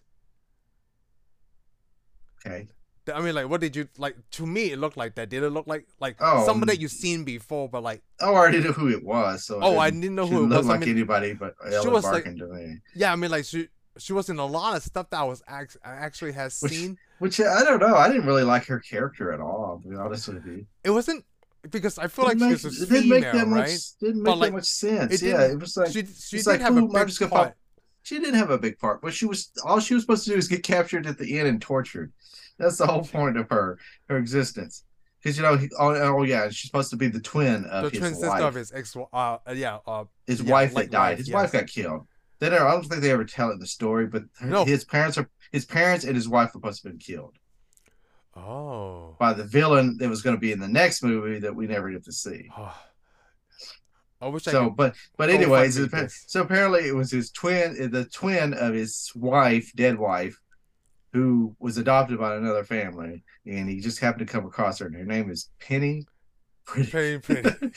[SPEAKER 2] okay.
[SPEAKER 1] Th- I mean, like, what did you like? To me, it looked like that. Did it look like like
[SPEAKER 2] Oh,
[SPEAKER 1] somebody that
[SPEAKER 2] um,
[SPEAKER 1] you've seen before, but like,
[SPEAKER 2] Oh, I already knew who it was. So
[SPEAKER 1] oh, I didn't know
[SPEAKER 2] she
[SPEAKER 1] who it
[SPEAKER 2] looked
[SPEAKER 1] was.
[SPEAKER 2] like
[SPEAKER 1] I mean,
[SPEAKER 2] anybody but Ellen
[SPEAKER 1] was like-
[SPEAKER 2] Barkin to me.
[SPEAKER 1] yeah, I mean, like she she was in a lot of stuff that I was act- I actually had
[SPEAKER 2] Which-
[SPEAKER 1] seen.
[SPEAKER 2] Which I don't know. I didn't really like her character at all. To be honest with you,
[SPEAKER 1] It wasn't because I feel like
[SPEAKER 2] Didn't
[SPEAKER 1] she
[SPEAKER 2] make-
[SPEAKER 1] was a
[SPEAKER 2] it didn't
[SPEAKER 1] female,
[SPEAKER 2] make that much.
[SPEAKER 1] right?
[SPEAKER 2] Didn't
[SPEAKER 1] But,
[SPEAKER 2] make
[SPEAKER 1] like,
[SPEAKER 2] that much sense.
[SPEAKER 1] it
[SPEAKER 2] yeah,
[SPEAKER 1] didn't-
[SPEAKER 2] it was like
[SPEAKER 1] she she
[SPEAKER 2] it's
[SPEAKER 1] did
[SPEAKER 2] like,
[SPEAKER 1] have a
[SPEAKER 2] ooh, I'm
[SPEAKER 1] big
[SPEAKER 2] just gonna
[SPEAKER 1] part.
[SPEAKER 2] she didn't have a big part, but she was all she was supposed to do is get captured at the end and tortured. That's the whole point of her her existence. Because you know, he, oh, oh yeah, she's supposed to be the twin of
[SPEAKER 1] the
[SPEAKER 2] his
[SPEAKER 1] twin
[SPEAKER 2] wife.
[SPEAKER 1] sister of his ex. Uh, yeah. Uh,
[SPEAKER 2] his
[SPEAKER 1] Yeah,
[SPEAKER 2] wife
[SPEAKER 1] late
[SPEAKER 2] that died.
[SPEAKER 1] wife,
[SPEAKER 2] his
[SPEAKER 1] yes.
[SPEAKER 2] wife got killed. They don't. I don't think they ever tell it the story, but her,
[SPEAKER 1] No.
[SPEAKER 2] his parents are his parents and his wife were supposed to have been killed
[SPEAKER 1] oh.
[SPEAKER 2] by the villain that was going to be in the next movie that we never get to see.
[SPEAKER 1] I wish I
[SPEAKER 2] So,
[SPEAKER 1] could.
[SPEAKER 2] but but
[SPEAKER 1] go find
[SPEAKER 2] anyways,
[SPEAKER 1] me
[SPEAKER 2] appa-
[SPEAKER 1] this.
[SPEAKER 2] so apparently it was his twin, the twin of his wife, dead wife, who was adopted by another family, and he just happened to come across her, and her name is Penny. Pretty.
[SPEAKER 1] Pretty, pretty.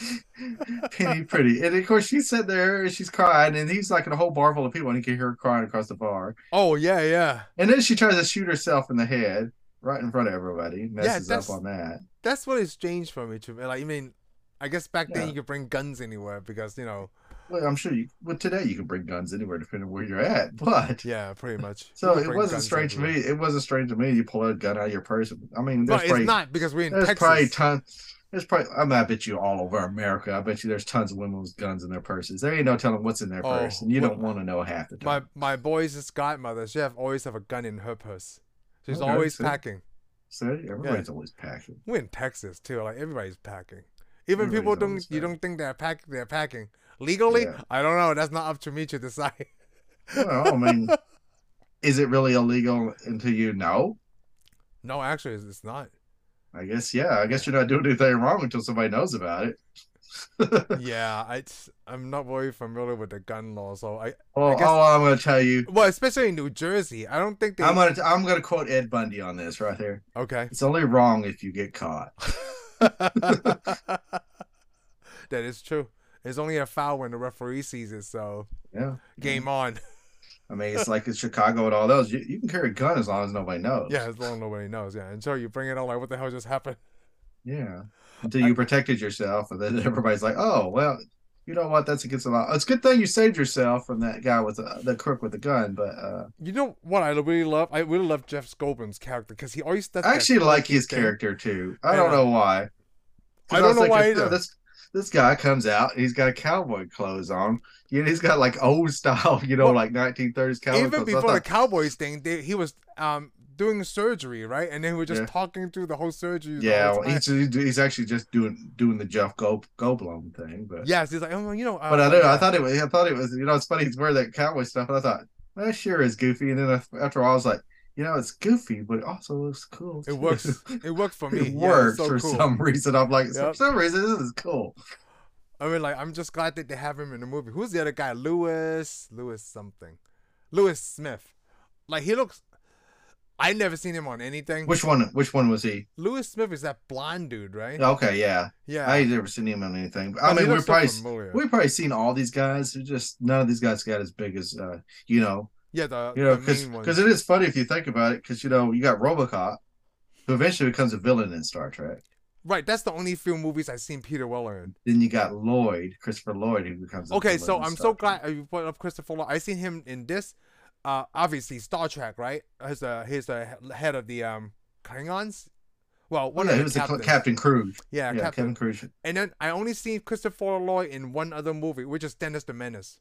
[SPEAKER 2] Penny Pretty. And of course, she's sitting there and she's crying, and he's like in a whole bar full of people, and you can hear her crying across the bar.
[SPEAKER 1] Oh yeah, yeah.
[SPEAKER 2] And then she tries to shoot herself in the head right in front of everybody, messes
[SPEAKER 1] that's-
[SPEAKER 2] up on that.
[SPEAKER 1] That's what is strange for me to me. Like I mean, I guess back then
[SPEAKER 2] Yeah.
[SPEAKER 1] you could bring guns anywhere because you know.
[SPEAKER 2] Well, I'm sure you, well, today you can bring guns anywhere depending on where you're at, but.
[SPEAKER 1] Yeah, pretty much. You
[SPEAKER 2] So
[SPEAKER 1] could
[SPEAKER 2] it
[SPEAKER 1] bring
[SPEAKER 2] wasn't
[SPEAKER 1] guns
[SPEAKER 2] strange to
[SPEAKER 1] everywhere.
[SPEAKER 2] me. It wasn't strange to me. You pull a gun out of your purse. I mean,
[SPEAKER 1] No,
[SPEAKER 2] there's
[SPEAKER 1] it's
[SPEAKER 2] probably
[SPEAKER 1] not because we're in
[SPEAKER 2] there's
[SPEAKER 1] Texas.
[SPEAKER 2] probably tons. There's probably I mean, I bet you all over America. I bet you there's tons of women with guns in their purses. There ain't no telling what's in their
[SPEAKER 1] Oh,
[SPEAKER 2] purse, and you
[SPEAKER 1] well,
[SPEAKER 2] don't want to know half the
[SPEAKER 1] my
[SPEAKER 2] time.
[SPEAKER 1] my boy's godmother, she have always have a gun in her purse. She's
[SPEAKER 2] Okay,
[SPEAKER 1] always
[SPEAKER 2] see?
[SPEAKER 1] packing.
[SPEAKER 2] so everybody's always packing.
[SPEAKER 1] We're in Texas too. Like everybody's packing. Even
[SPEAKER 2] Everybody's
[SPEAKER 1] people don't
[SPEAKER 2] always
[SPEAKER 1] you
[SPEAKER 2] packing.
[SPEAKER 1] don't think they're packing. They're packing legally.
[SPEAKER 2] Yeah.
[SPEAKER 1] I don't know. That's not up to me to decide.
[SPEAKER 2] Well, I mean, is it really illegal until you know?
[SPEAKER 1] No, actually, it's- it's not.
[SPEAKER 2] I guess yeah. I guess you're not doing anything wrong until somebody knows about it. well,
[SPEAKER 1] yeah, I, it's- I'm not very familiar with the gun law, so I guess-
[SPEAKER 2] all I'm going to tell you,
[SPEAKER 1] well, especially in New Jersey, I don't think they.
[SPEAKER 2] I'm going to I'm going to quote Ed Bundy on this right there.
[SPEAKER 1] okay.
[SPEAKER 2] It's only wrong if you get caught.
[SPEAKER 1] that is true. It's only a foul when the referee sees it, so
[SPEAKER 2] Yeah.
[SPEAKER 1] game
[SPEAKER 2] Mm-hmm.
[SPEAKER 1] on.
[SPEAKER 2] I mean, it's like in Chicago and all those. You, you can carry a gun as long as nobody knows.
[SPEAKER 1] Yeah, as long as nobody knows. Yeah, until you bring it on, like, what the hell just happened?
[SPEAKER 2] Yeah. Until you protected yourself, and then everybody's like, "Oh, well, you know what? That's against the law. It's a good thing you saved yourself from that guy with the, the crook with the gun." But uh,
[SPEAKER 1] You know what I really love? I really love Jeff Skobin's character because he always does.
[SPEAKER 2] I
[SPEAKER 1] that
[SPEAKER 2] actually like
[SPEAKER 1] quirky
[SPEAKER 2] his
[SPEAKER 1] thing.
[SPEAKER 2] character too. I
[SPEAKER 1] Yeah.
[SPEAKER 2] don't know why.
[SPEAKER 1] I
[SPEAKER 2] 'Cause
[SPEAKER 1] don't
[SPEAKER 2] was
[SPEAKER 1] know why
[SPEAKER 2] "Oh,
[SPEAKER 1] either."
[SPEAKER 2] This this guy comes out. He's got cowboy clothes on. You know, he's got like old style, you know,
[SPEAKER 1] Well,
[SPEAKER 2] like 1930s cowboy
[SPEAKER 1] Even
[SPEAKER 2] clothes. I
[SPEAKER 1] before the
[SPEAKER 2] thought,
[SPEAKER 1] Cowboys thing, they, he was um doing surgery, right? And then we were just
[SPEAKER 2] Yeah.
[SPEAKER 1] talking through the whole surgery. the
[SPEAKER 2] yeah,
[SPEAKER 1] whole
[SPEAKER 2] well,
[SPEAKER 1] time.
[SPEAKER 2] he's he's actually just doing doing the Jeff Go Goldblum thing, but
[SPEAKER 1] yes, he's like, oh, you know. Uh,
[SPEAKER 2] But I do.
[SPEAKER 1] yeah.
[SPEAKER 2] I thought it was. I thought it was. You know, it's funny. He's wearing that cowboy stuff, and I thought that sure is goofy. And then af- after a while, I was like, you know, it's goofy, but it also looks cool.
[SPEAKER 1] it works. It worked for me.
[SPEAKER 2] it
[SPEAKER 1] Yeah, it's
[SPEAKER 2] works
[SPEAKER 1] so
[SPEAKER 2] for
[SPEAKER 1] cool.
[SPEAKER 2] some reason. I'm like, for
[SPEAKER 1] Yep.
[SPEAKER 2] some reason, this is cool.
[SPEAKER 1] I mean, like, I'm just glad that they have him in the movie. Who's the other guy? Lewis, Lewis something, Lewis Smith. Like he looks. I never seen him on anything.
[SPEAKER 2] Which one? Which one was he?
[SPEAKER 1] Lewis Smith is that blonde dude, right?
[SPEAKER 2] Okay, yeah.
[SPEAKER 1] Yeah.
[SPEAKER 2] I ain't never seen him on anything. But,
[SPEAKER 1] But
[SPEAKER 2] I
[SPEAKER 1] he
[SPEAKER 2] mean, we're
[SPEAKER 1] looks so
[SPEAKER 2] probably
[SPEAKER 1] familiar.
[SPEAKER 2] we've probably seen all these guys. It's Just none of these guys got as big as uh, you know,
[SPEAKER 1] yeah, the,
[SPEAKER 2] you know,
[SPEAKER 1] the main one.
[SPEAKER 2] because it is funny if you think about it. Because you know, you got RoboCop, who eventually becomes a villain in Star Trek.
[SPEAKER 1] Right, that's the only few movies I've seen Peter Weller in.
[SPEAKER 2] Then you got Lloyd, Christopher Lloyd, who becomes. a
[SPEAKER 1] Okay,
[SPEAKER 2] villain
[SPEAKER 1] so
[SPEAKER 2] and
[SPEAKER 1] I'm so
[SPEAKER 2] stuff.
[SPEAKER 1] glad uh, you brought up Christopher Lloyd. I seen him in this, uh, obviously Star Trek, right? He's the he's the uh, he- head of the um Klingons. Well, one
[SPEAKER 2] Oh, yeah,
[SPEAKER 1] of
[SPEAKER 2] he
[SPEAKER 1] the
[SPEAKER 2] was the
[SPEAKER 1] captains.
[SPEAKER 2] cl- Captain Crew.
[SPEAKER 1] yeah,
[SPEAKER 2] Yeah,
[SPEAKER 1] captain.
[SPEAKER 2] Kevin Crew.
[SPEAKER 1] And then I only seen Christopher Lloyd in one other movie, which is Dennis the Menace.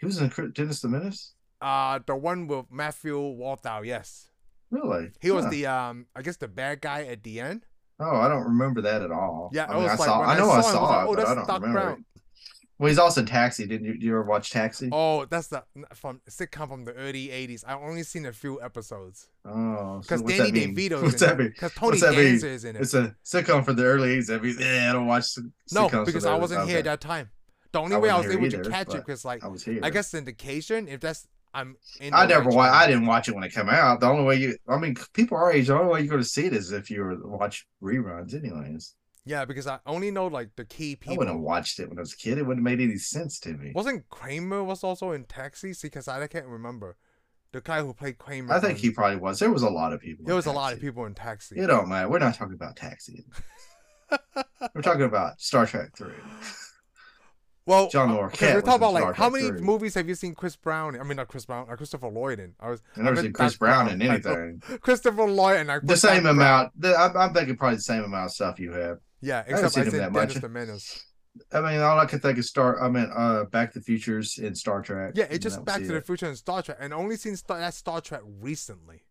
[SPEAKER 2] He was in Cr- Dennis the Menace.
[SPEAKER 1] Uh, the one with Matthew Walthow. Yes,
[SPEAKER 2] Really?
[SPEAKER 1] he was
[SPEAKER 2] Huh.
[SPEAKER 1] the um, I guess the bad guy at the end.
[SPEAKER 2] Oh, I don't remember that at all.
[SPEAKER 1] Yeah,
[SPEAKER 2] I,
[SPEAKER 1] I
[SPEAKER 2] mean,
[SPEAKER 1] was
[SPEAKER 2] I
[SPEAKER 1] like,
[SPEAKER 2] saw.
[SPEAKER 1] when
[SPEAKER 2] I
[SPEAKER 1] I
[SPEAKER 2] know
[SPEAKER 1] saw him, I was
[SPEAKER 2] saw
[SPEAKER 1] like,
[SPEAKER 2] it,
[SPEAKER 1] oh,
[SPEAKER 2] but
[SPEAKER 1] that's
[SPEAKER 2] I don't
[SPEAKER 1] Doc
[SPEAKER 2] remember.
[SPEAKER 1] Brown.
[SPEAKER 2] It. Well, he's also Taxi. Didn't you, you ever watch Taxi? Oh,
[SPEAKER 1] Oh, that's the from sitcom from the early '80s. I only seen a few episodes.
[SPEAKER 2] Oh, so
[SPEAKER 1] Because
[SPEAKER 2] what's
[SPEAKER 1] Danny
[SPEAKER 2] that mean?
[SPEAKER 1] DeVito's
[SPEAKER 2] What's
[SPEAKER 1] in
[SPEAKER 2] that
[SPEAKER 1] it.
[SPEAKER 2] mean?
[SPEAKER 1] Because Tony
[SPEAKER 2] What's that mean?
[SPEAKER 1] Danza is in it.
[SPEAKER 2] It's a sitcom from the early '80s. I mean, eh, I don't watch sit-
[SPEAKER 1] No,
[SPEAKER 2] sitcoms from
[SPEAKER 1] because
[SPEAKER 2] the
[SPEAKER 1] I
[SPEAKER 2] early-
[SPEAKER 1] wasn't here at
[SPEAKER 2] okay.
[SPEAKER 1] that time. The only
[SPEAKER 2] I
[SPEAKER 1] way I was
[SPEAKER 2] wasn't
[SPEAKER 1] able
[SPEAKER 2] here
[SPEAKER 1] to
[SPEAKER 2] either,
[SPEAKER 1] catch it
[SPEAKER 2] but
[SPEAKER 1] because, like,
[SPEAKER 2] I was here.
[SPEAKER 1] I guess syndication. If that's I'm in.
[SPEAKER 2] I
[SPEAKER 1] the
[SPEAKER 2] never
[SPEAKER 1] right
[SPEAKER 2] watched. I
[SPEAKER 1] channel.
[SPEAKER 2] didn't watch it when it came out. The only way you, I mean, people our age, the only way you're going to see it is if you were to watch reruns, anyways.
[SPEAKER 1] Yeah, because I only know like the key
[SPEAKER 2] I wouldn't have
[SPEAKER 1] people.
[SPEAKER 2] watched it when I was a kid. It wouldn't have made any sense to me.
[SPEAKER 1] Wasn't Kramer was also in Taxi? See, because I can't remember. The guy who played Kramer.
[SPEAKER 2] I think
[SPEAKER 1] on-
[SPEAKER 2] he probably was. There was a lot of people.
[SPEAKER 1] There
[SPEAKER 2] in
[SPEAKER 1] was a lot of
[SPEAKER 2] Taxi.
[SPEAKER 1] people in Taxi.
[SPEAKER 2] It don't matter. We're not talking about Taxi. We're talking about Star Trek Three.
[SPEAKER 1] well,
[SPEAKER 2] John
[SPEAKER 1] uh,
[SPEAKER 2] Lorcat
[SPEAKER 1] 'cause We're
[SPEAKER 2] was
[SPEAKER 1] talking
[SPEAKER 2] in
[SPEAKER 1] about like
[SPEAKER 2] Star
[SPEAKER 1] how
[SPEAKER 2] Trek
[SPEAKER 1] many
[SPEAKER 2] three.
[SPEAKER 1] movies have you seen Chris Brown? in? I mean, not Chris Brown. Not Christopher Lloyd in. I was
[SPEAKER 2] I've never
[SPEAKER 1] bet
[SPEAKER 2] seen Chris
[SPEAKER 1] Doc
[SPEAKER 2] Brown in
[SPEAKER 1] Brown-
[SPEAKER 2] anything.
[SPEAKER 1] Christopher Lloyd and I.
[SPEAKER 2] The same amount. The, I'm, I'm thinking probably the same amount of stuff you have.
[SPEAKER 1] Yeah,
[SPEAKER 2] haven't
[SPEAKER 1] except I,
[SPEAKER 2] seen him
[SPEAKER 1] said
[SPEAKER 2] that much.
[SPEAKER 1] Dennis the Menace.
[SPEAKER 2] I mean, all I could think is Star. I mean, uh, Back to the Futures in Star Trek.
[SPEAKER 1] Yeah,
[SPEAKER 2] and
[SPEAKER 1] it's just
[SPEAKER 2] that was
[SPEAKER 1] Back to the
[SPEAKER 2] it.
[SPEAKER 1] Future and Star Trek, and only seen Star, that Star Trek recently.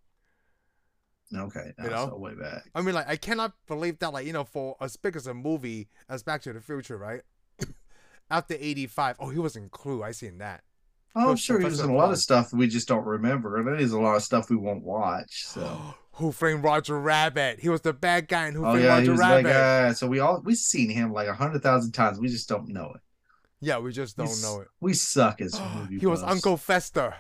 [SPEAKER 2] Okay,
[SPEAKER 1] You
[SPEAKER 2] you
[SPEAKER 1] know?
[SPEAKER 2] know, way back.
[SPEAKER 1] I mean, like, I cannot believe that, like, you know, for as big as a movie as Back to the Future, right? After '85, oh, he was in Clue. I seen that.
[SPEAKER 2] Oh, I'm
[SPEAKER 1] Coach
[SPEAKER 2] sure he was
[SPEAKER 1] Professor
[SPEAKER 2] in a lot
[SPEAKER 1] Plum.
[SPEAKER 2] of stuff we just don't remember, and there's a lot of stuff we won't watch. So,
[SPEAKER 1] Who framed Roger Rabbit? He was the bad guy in Who
[SPEAKER 2] oh
[SPEAKER 1] Framed
[SPEAKER 2] yeah, he
[SPEAKER 1] Roger
[SPEAKER 2] was that
[SPEAKER 1] Rabbit.
[SPEAKER 2] guy. So we all we've seen him like a hundred thousand times. We just don't know it.
[SPEAKER 1] Yeah, we just don't
[SPEAKER 2] He's-
[SPEAKER 1] know it.
[SPEAKER 2] We suck as movie.
[SPEAKER 1] he was
[SPEAKER 2] buffs.
[SPEAKER 1] Uncle Fester.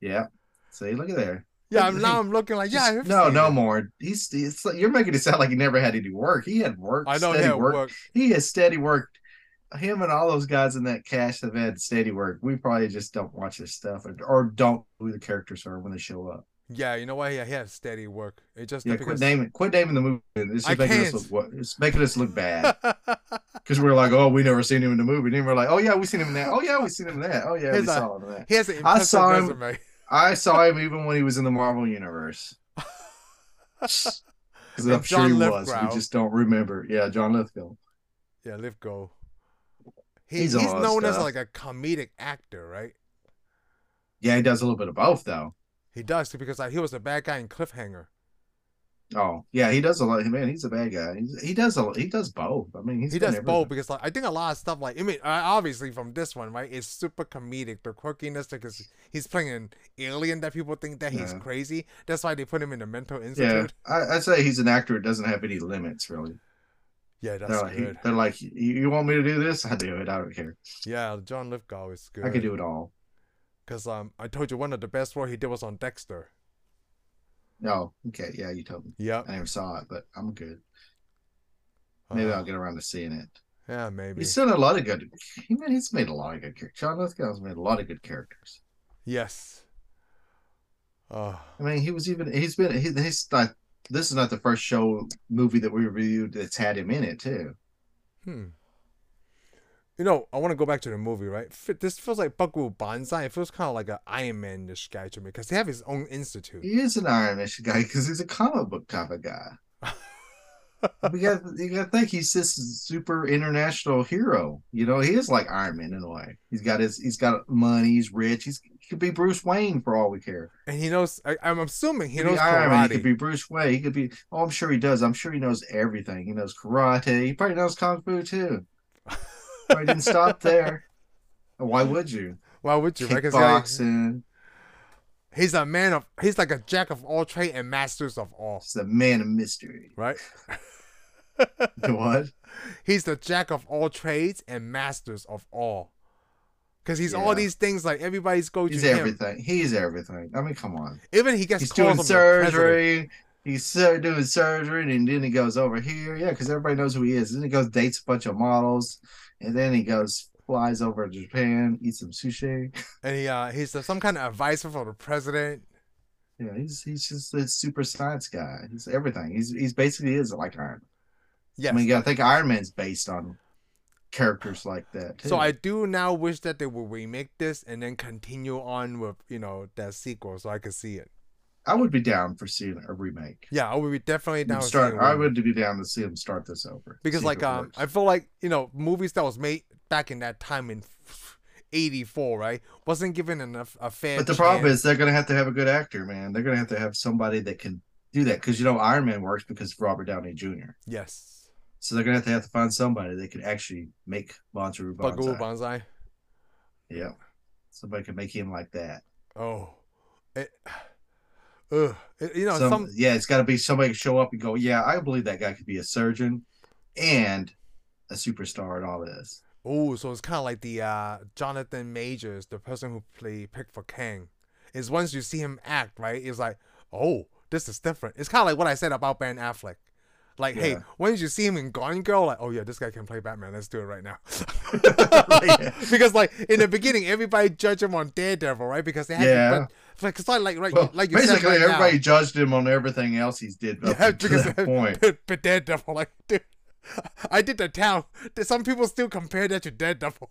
[SPEAKER 2] Yeah. See, look at there.
[SPEAKER 1] Yeah,
[SPEAKER 2] Hey,
[SPEAKER 1] I'm, now
[SPEAKER 2] hey,
[SPEAKER 1] I'm looking like, yeah,
[SPEAKER 2] Just-
[SPEAKER 1] I've
[SPEAKER 2] no,
[SPEAKER 1] seen
[SPEAKER 2] no
[SPEAKER 1] it.
[SPEAKER 2] more. He's it's like, you're making it sound like he never had any work. He had work.
[SPEAKER 1] I know,
[SPEAKER 2] steady
[SPEAKER 1] yeah,
[SPEAKER 2] work.
[SPEAKER 1] work.
[SPEAKER 2] He has steady work. Him and all those guys in that cash have had steady work. We probably just don't watch this stuff or, or don't know who the characters are when they show up.
[SPEAKER 1] Yeah, you know what? Yeah, he has steady work. It just
[SPEAKER 2] Yeah, quit naming quit naming the movie. It's
[SPEAKER 1] I
[SPEAKER 2] just making us
[SPEAKER 1] can't.
[SPEAKER 2] look what it's making us look bad
[SPEAKER 1] naming.
[SPEAKER 2] because we're like, oh, we never seen him in the movie. Then we're like, oh yeah, we seen him in that. Oh yeah, we seen him in that. Oh yeah, we
[SPEAKER 1] He's like-
[SPEAKER 2] saw him in that.
[SPEAKER 1] He has an
[SPEAKER 2] I
[SPEAKER 1] impressive
[SPEAKER 2] saw him-
[SPEAKER 1] resume.
[SPEAKER 2] I saw him even when he was in the Marvel universe. Because I'm
[SPEAKER 1] And
[SPEAKER 2] sure
[SPEAKER 1] John
[SPEAKER 2] he
[SPEAKER 1] Lithgow.
[SPEAKER 2] was. We just don't remember. Yeah, John Lithgow.
[SPEAKER 1] Yeah, Lithgow. He, he's
[SPEAKER 2] He's on all that
[SPEAKER 1] known as
[SPEAKER 2] stuff.
[SPEAKER 1] like a comedic actor, right?
[SPEAKER 2] Yeah, he does a little bit of both though.
[SPEAKER 1] He does because like he was the bad guy in Cliffhanger.
[SPEAKER 2] Oh yeah, he does a lot. Man, he's a bad guy. He's, he does a he does both. I mean, he's
[SPEAKER 1] he
[SPEAKER 2] done
[SPEAKER 1] does
[SPEAKER 2] everything.
[SPEAKER 1] both because like I think a lot of stuff like I mean uh, obviously from this one right it's super comedic the quirkiness because he's playing an alien that people think that he's
[SPEAKER 2] Yeah.
[SPEAKER 1] crazy that's why they put him in the mental
[SPEAKER 2] Yeah,
[SPEAKER 1] institute
[SPEAKER 2] I, I'd say he's an actor that doesn't have any limits really.
[SPEAKER 1] yeah,
[SPEAKER 2] They're
[SPEAKER 1] that's
[SPEAKER 2] like,
[SPEAKER 1] good
[SPEAKER 2] they're like, you, you want me to do this? I do it. I don't care.
[SPEAKER 1] yeah John Lithgow is good
[SPEAKER 2] I can do it all.
[SPEAKER 1] because um I told you one of the best work he did was on Dexter
[SPEAKER 2] No, Oh, okay, yeah, you told me.
[SPEAKER 1] yep
[SPEAKER 2] I never saw it, but I'm good. Maybe
[SPEAKER 1] Uh-huh.
[SPEAKER 2] I'll get around to seeing it.
[SPEAKER 1] yeah maybe
[SPEAKER 2] He's done a lot of good. He man, he's made a lot of good characters. John Lithgow's made a lot of good characters.
[SPEAKER 1] yes oh
[SPEAKER 2] I mean, he was even he's been he, he's not. This is not the first show movie that we reviewed that's had him in it too.
[SPEAKER 1] hmm you know I want to go back to the movie right Fe- this feels like Buckaroo Banzai it feels kind of like an Iron Man ish guy to me because they have his own institute.
[SPEAKER 2] He is an Iron Man guy because he's a comic book type of guy. We got you got to think he's this super international hero. You know, he is like Iron Man in a way. He's got his he's got money. He's rich. He's he could be Bruce Wayne for all we care.
[SPEAKER 1] And he knows. I, I'm assuming he
[SPEAKER 2] could be
[SPEAKER 1] knows
[SPEAKER 2] Iron Man. He
[SPEAKER 1] karate.
[SPEAKER 2] could be Bruce Wayne. He could be. Oh, I'm sure he does. I'm sure he knows everything. He knows karate. He probably knows kung fu too. Probably didn't stop there. Why would you?
[SPEAKER 1] Why would you? Right? 'Cause he-
[SPEAKER 2] Kickboxing.
[SPEAKER 1] he's a man of. He's like a jack of all trade and masters of all.
[SPEAKER 2] He's the man of mystery.
[SPEAKER 1] Right?
[SPEAKER 2] What?
[SPEAKER 1] He's the jack of all trades and masters of all. Cause he's all
[SPEAKER 2] Yeah.
[SPEAKER 1] these things. Like everybody's go to
[SPEAKER 2] He's
[SPEAKER 1] him.
[SPEAKER 2] everything. He's everything. I mean, come on.
[SPEAKER 1] Even he gets
[SPEAKER 2] he's
[SPEAKER 1] called
[SPEAKER 2] doing
[SPEAKER 1] him the president.
[SPEAKER 2] surgery. He's sur- doing surgery, and then he goes over here. Yeah, because everybody knows who he is. Then he goes dates a bunch of models, and then he goes flies over to Japan, eats some sushi.
[SPEAKER 1] and he uh, he's the, some kind of advisor for the president.
[SPEAKER 2] Yeah, he's he's just a super science guy. He's everything. He's he's basically is like Iron. Man.
[SPEAKER 1] Yes.
[SPEAKER 2] I mean, you gotta think Iron Man's based on characters like that. Too.
[SPEAKER 1] So I do now wish that they would remake this and then continue on with you know that sequel, so I could see it.
[SPEAKER 2] I would be down for seeing a remake.
[SPEAKER 1] Yeah, I would be definitely down. with
[SPEAKER 2] start.
[SPEAKER 1] seeing
[SPEAKER 2] I
[SPEAKER 1] one.
[SPEAKER 2] would be down to see him start this over
[SPEAKER 1] because
[SPEAKER 2] See if
[SPEAKER 1] like
[SPEAKER 2] it
[SPEAKER 1] um
[SPEAKER 2] works.
[SPEAKER 1] i feel like you know movies that was made back in that time in 84 right wasn't given enough a fair
[SPEAKER 2] But the problem
[SPEAKER 1] chance.
[SPEAKER 2] is they're going to have to have a good actor, man. They're going to have to have somebody that can do that because you know Iron Man works because of Robert Downey Jr.
[SPEAKER 1] yes
[SPEAKER 2] So they're going to have to have to find somebody that can actually make Bonzo
[SPEAKER 1] Buckaroo
[SPEAKER 2] Banzai.
[SPEAKER 1] bonsai
[SPEAKER 2] Yeah, somebody can make him like that.
[SPEAKER 1] oh it, ugh. It- you know
[SPEAKER 2] Some-
[SPEAKER 1] some
[SPEAKER 2] yeah, it's got to be somebody show up and go, yeah, I believe that guy could be a surgeon and a superstar and all this.
[SPEAKER 1] oh so it's kind of like the uh jonathan majors the person who played pick for kang is once you see him act right it's like oh this is different it's kind of like what i said about ben affleck like, hey,
[SPEAKER 2] Yeah.
[SPEAKER 1] once you see him in Gone Girl, like, oh yeah, this guy can play Batman. Let's do it right now.
[SPEAKER 2] Yeah.
[SPEAKER 1] because like in the beginning, everybody judged him on Daredevil, right? Because they had
[SPEAKER 2] Yeah.
[SPEAKER 1] to, but, like, it's not like right,
[SPEAKER 2] Well,
[SPEAKER 1] like you said,
[SPEAKER 2] basically,
[SPEAKER 1] right
[SPEAKER 2] everybody
[SPEAKER 1] now,
[SPEAKER 2] judged him on everything else he's did up
[SPEAKER 1] Yeah,
[SPEAKER 2] to
[SPEAKER 1] because-
[SPEAKER 2] that point.
[SPEAKER 1] but, but Daredevil, like, dude, I did the town. Some people still compare that to Daredevil.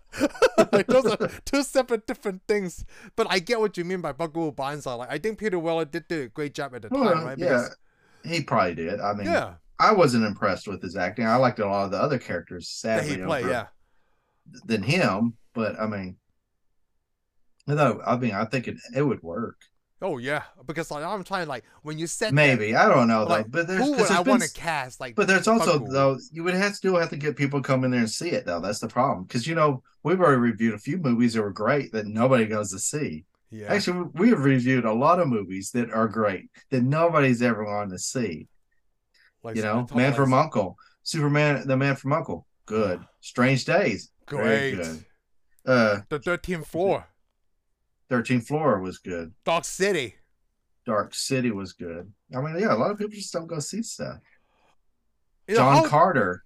[SPEAKER 1] like those are two separate different things. But I get what you mean by Buckaroo Banzai. Like, I think Peter Weller did do a great job at the
[SPEAKER 2] Well,
[SPEAKER 1] time, right?
[SPEAKER 2] Oh, yeah, he probably did. I mean,
[SPEAKER 1] yeah,
[SPEAKER 2] I wasn't impressed with his acting. I liked a lot of the other characters,
[SPEAKER 1] that
[SPEAKER 2] sadly,
[SPEAKER 1] he played,
[SPEAKER 2] over-
[SPEAKER 1] yeah.
[SPEAKER 2] than him. But I mean, although I mean, I think it, it would work.
[SPEAKER 1] Oh yeah, because like I'm trying like when you said that,
[SPEAKER 2] Maybe I don't know
[SPEAKER 1] Like,
[SPEAKER 2] though. But there's,
[SPEAKER 1] who
[SPEAKER 2] 'cause
[SPEAKER 1] would
[SPEAKER 2] there's
[SPEAKER 1] I
[SPEAKER 2] been
[SPEAKER 1] want to
[SPEAKER 2] s-
[SPEAKER 1] cast? Like,
[SPEAKER 2] But there's also
[SPEAKER 1] Buckaroo?
[SPEAKER 2] though you would have still have to get people to come in there and see it though. That's the problem because you know we've already reviewed a few movies that were great that nobody goes to see.
[SPEAKER 1] yeah,
[SPEAKER 2] Actually, we- we've reviewed a lot of movies that are great that nobody's ever gone to see.
[SPEAKER 1] like,
[SPEAKER 2] You
[SPEAKER 1] so
[SPEAKER 2] know,
[SPEAKER 1] talk
[SPEAKER 2] Man
[SPEAKER 1] like-
[SPEAKER 2] from Uncle, Superman, The Man from Uncle, good. Strange Days, very
[SPEAKER 1] great.
[SPEAKER 2] good. Uh,
[SPEAKER 1] The thirteenth floor,
[SPEAKER 2] 13th Floor was good.
[SPEAKER 1] Dark City.
[SPEAKER 2] Dark City was good. I mean, yeah, a lot of people just don't go see stuff.
[SPEAKER 1] You know,
[SPEAKER 2] John
[SPEAKER 1] how-
[SPEAKER 2] Carter.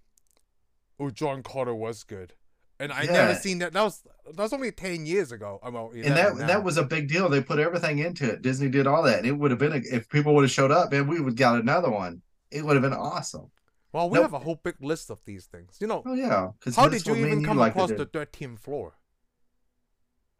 [SPEAKER 1] Oh, John Carter was good, and I
[SPEAKER 2] Yeah.
[SPEAKER 1] never seen that. That was that was only ten years ago. I'm well,
[SPEAKER 2] And that
[SPEAKER 1] 11 now.
[SPEAKER 2] that was a big deal. They put everything into it. Disney did all that. And it would have been a, if people would have showed up and we would got another one. It would have been awesome.
[SPEAKER 1] well, we
[SPEAKER 2] nope.
[SPEAKER 1] have a whole big list of these things. You know,
[SPEAKER 2] Oh yeah. Because
[SPEAKER 1] how did you even come across the thirteenth floor?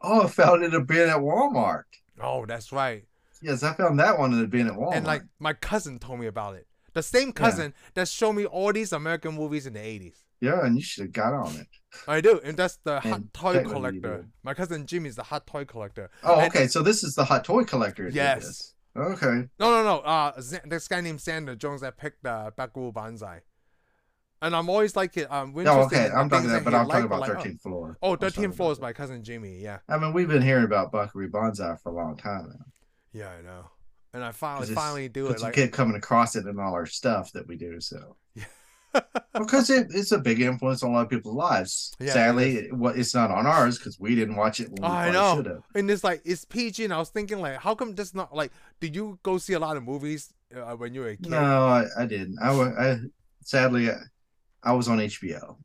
[SPEAKER 2] Oh, I found it a bin at Walmart.
[SPEAKER 1] Oh, that's right.
[SPEAKER 2] Yes, I found that one in a bin at Walmart.
[SPEAKER 1] And like my cousin told me about it. The same cousin that showed me all these American movies in the eighties.
[SPEAKER 2] yeah, and you should have got on it.
[SPEAKER 1] I do, and that's the hot
[SPEAKER 2] And
[SPEAKER 1] toy
[SPEAKER 2] that one you
[SPEAKER 1] collector.
[SPEAKER 2] do.
[SPEAKER 1] My cousin Jimmy's the hot toy collector.
[SPEAKER 2] Oh,
[SPEAKER 1] And-
[SPEAKER 2] okay. So this is the hot toy collector. that did
[SPEAKER 1] Yes.
[SPEAKER 2] this. Okay.
[SPEAKER 1] No, no, no. Uh, Z- this guy named Sander Jones that picked uh, Bakugo Banzai. And I'm always like it. Um, we're interested
[SPEAKER 2] No, Oh, okay.
[SPEAKER 1] in the
[SPEAKER 2] I'm talking
[SPEAKER 1] things
[SPEAKER 2] about, but
[SPEAKER 1] he
[SPEAKER 2] I'm talking
[SPEAKER 1] liked, but
[SPEAKER 2] about
[SPEAKER 1] like, oh.
[SPEAKER 2] 13th floor.
[SPEAKER 1] Oh,
[SPEAKER 2] I'm sorry
[SPEAKER 1] 13
[SPEAKER 2] about
[SPEAKER 1] Floors
[SPEAKER 2] that.
[SPEAKER 1] by Cousin Jimmy. Yeah.
[SPEAKER 2] I mean, we've been hearing about Buckaroo Banzai for a long time now.
[SPEAKER 1] Yeah, I know. And I finally,
[SPEAKER 2] 'Cause it's-
[SPEAKER 1] finally do it.
[SPEAKER 2] Because we
[SPEAKER 1] Like,
[SPEAKER 2] keep coming across it in all our stuff that we do. So,
[SPEAKER 1] Yeah.
[SPEAKER 2] because it, it's a big influence on a lot of people's lives.
[SPEAKER 1] Yeah, it
[SPEAKER 2] Sadly, it, well, it's not on ours because we didn't watch it when we
[SPEAKER 1] Oh, I
[SPEAKER 2] probably
[SPEAKER 1] know.
[SPEAKER 2] should have.
[SPEAKER 1] and it's like, it's PG. And I was thinking, like, how come this not, like, did you go see a lot of movies uh, when you were a kid?
[SPEAKER 2] No, I, I didn't. I, wa- I sadly, I, I was on HBO,